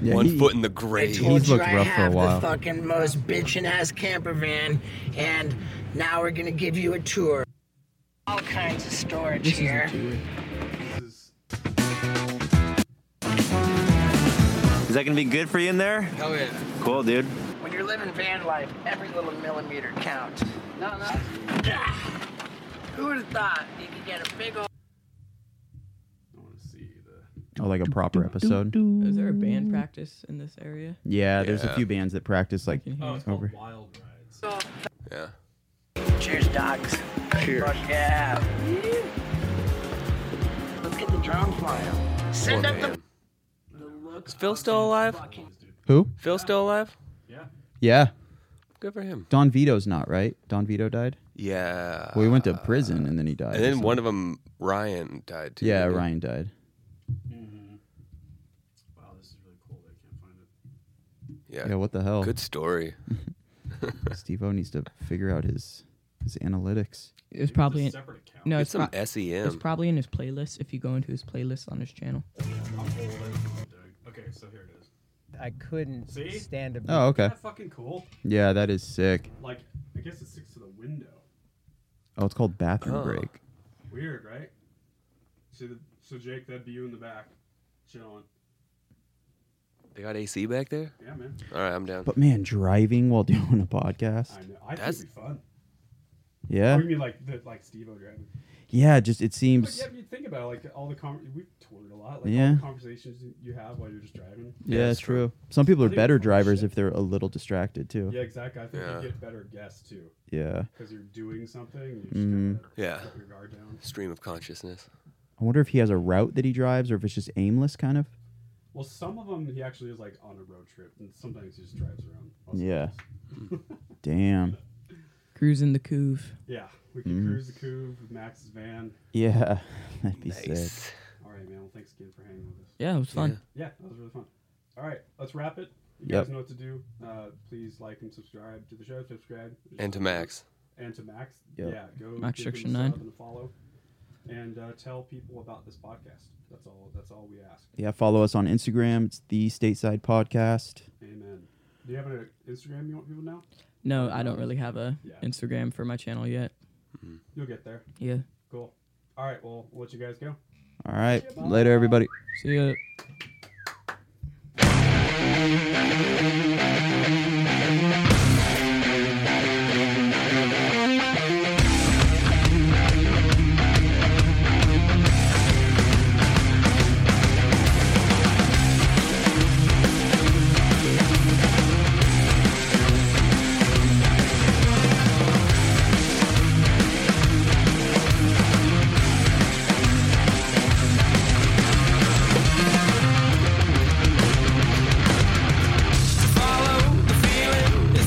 S1: Yeah,
S3: one
S1: he-
S3: foot in the
S5: I
S3: grave.
S5: told
S1: He's
S5: you
S1: looked
S5: I
S1: rough for a
S5: have
S1: while.
S5: the fucking most bitchin' ass camper van, and now we're gonna give you a tour. All kinds of storage here.
S2: This is
S6: Is that gonna be good for you in there?
S3: Hell yeah.
S6: Cool, dude.
S5: When you're living van life, every little millimeter counts. No, no. Who would have thought you could get a big old
S2: I want to see the.
S1: Oh, like a proper episode.
S4: Is there a band practice in this area?
S1: Yeah, there's a few bands that practice like
S2: Oh, it's
S1: over.
S2: called Wild Rides.
S3: Yeah.
S5: Cheers, dogs.
S7: Cheers.
S5: Fuck yeah. Let's get the drone flying. Send up the.
S3: Man. Is Phil still alive?
S1: Who?
S3: Phil still alive?
S1: Yeah.
S3: Good for him.
S1: Don Vito's not right. Don Vito died.
S3: Yeah.
S1: Well, he went to prison and then he died.
S3: and
S1: or
S3: then one
S1: something.
S3: of them, Ryan, died too.
S1: Yeah,
S3: didn't he?
S1: Ryan died.
S3: Yeah.
S1: Yeah, what the hell?
S3: Good story.
S1: Steve O needs to figure out his his analytics.
S4: It was probably in, no,
S3: Get
S4: it's,
S3: some E
S4: pro- it's
S3: SEM.
S4: probably in his playlist if you go into his playlist on his channel.
S2: Okay, so here it is.
S8: I couldn't
S2: See?
S8: stand a
S1: Oh, okay.
S2: that fucking cool?
S1: Yeah, that is sick.
S2: Like, I guess it sticks to the window.
S1: Oh, it's called bathroom break.
S2: Weird, right? So, the, so Jake, that'd be you in the back, chilling.
S3: they got AC back there?
S2: Yeah, man.
S3: All right, I'm down.
S1: But man, driving while doing a podcast.
S2: I know. I think
S3: That's-
S2: it'd be fun.
S1: Yeah.
S2: Or you mean like the, like Steve O driving?
S1: Yeah, just it
S2: But
S1: seems
S2: yeah, you think about it, like all the con- we toured a lot. Like all
S1: Yeah.
S2: the conversations you- you have while you're just driving.
S1: Yeah,
S3: that's
S1: it's true. Some people are
S2: think
S1: better
S2: it's fun
S1: drivers
S2: shit.
S1: if they're a little distracted too.
S2: Yeah, exactly. I think
S3: Yeah.
S2: you get better guests too
S1: Yeah.
S2: because you're doing something. And you just
S1: Mhm.
S2: gotta
S3: Yeah.
S2: let your guard down.
S3: Stream of consciousness.
S1: I wonder if he has a route that he drives or if it's just aimless kind of.
S2: Well, some of them he actually is like on a road trip, and sometimes he just drives around. Also,
S1: Yeah. Damn.
S4: Cruising the Couve.
S2: Yeah, we
S1: Mm-hmm.
S2: could cruise the coupe with Max's van.
S1: Yeah. That'd be sick.
S3: Nice.
S2: All right, man. Well, thanks again for hanging with us.
S4: Yeah, it was fun.
S2: Yeah, that was really fun. All right, let's wrap it. You
S1: Yep.
S2: guys know what to do. Uh, please like and subscribe to the show. Subscribe
S3: And to Max.
S2: and to Max.
S1: Yep.
S2: Yeah, go
S4: Max
S2: give him a
S4: Section Nine.
S2: sub and a follow, and uh, tell people about this podcast. That's all. That's all we ask.
S1: Yeah, follow us on Instagram. It's the Stateside Podcast.
S2: Amen. Do you have an Instagram you want people to know?
S4: No, I don't really have a
S2: Yeah.
S4: Instagram for my channel yet.
S2: You'll get there.
S4: Yeah.
S2: Cool. All right. Well, we'll let you guys go.
S1: All right. Later everybody.
S4: See ya.
S7: Follow the feeling is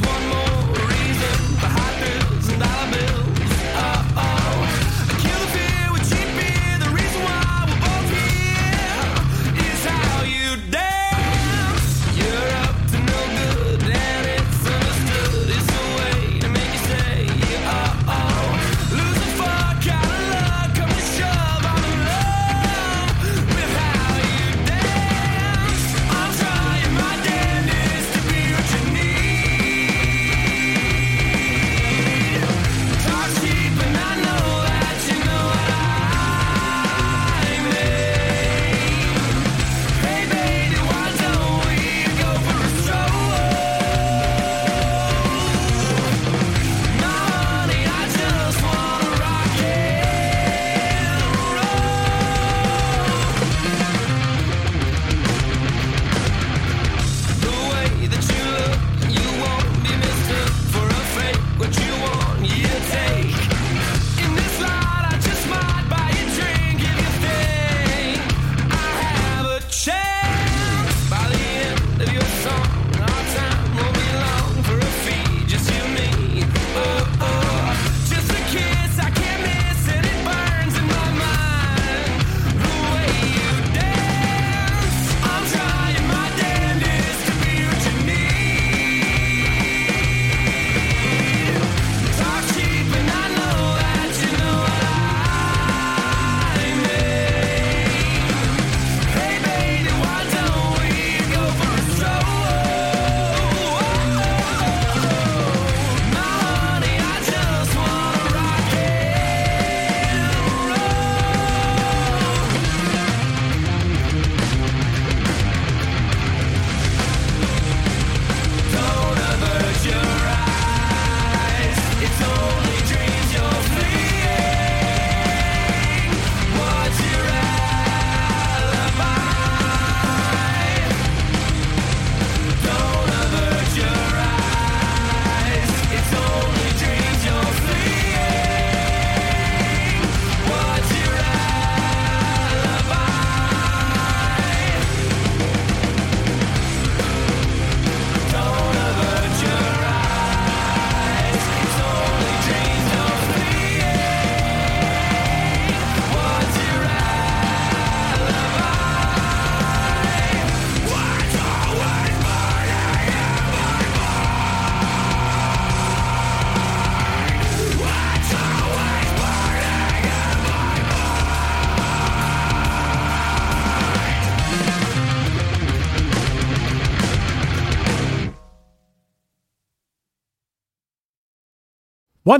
S2: One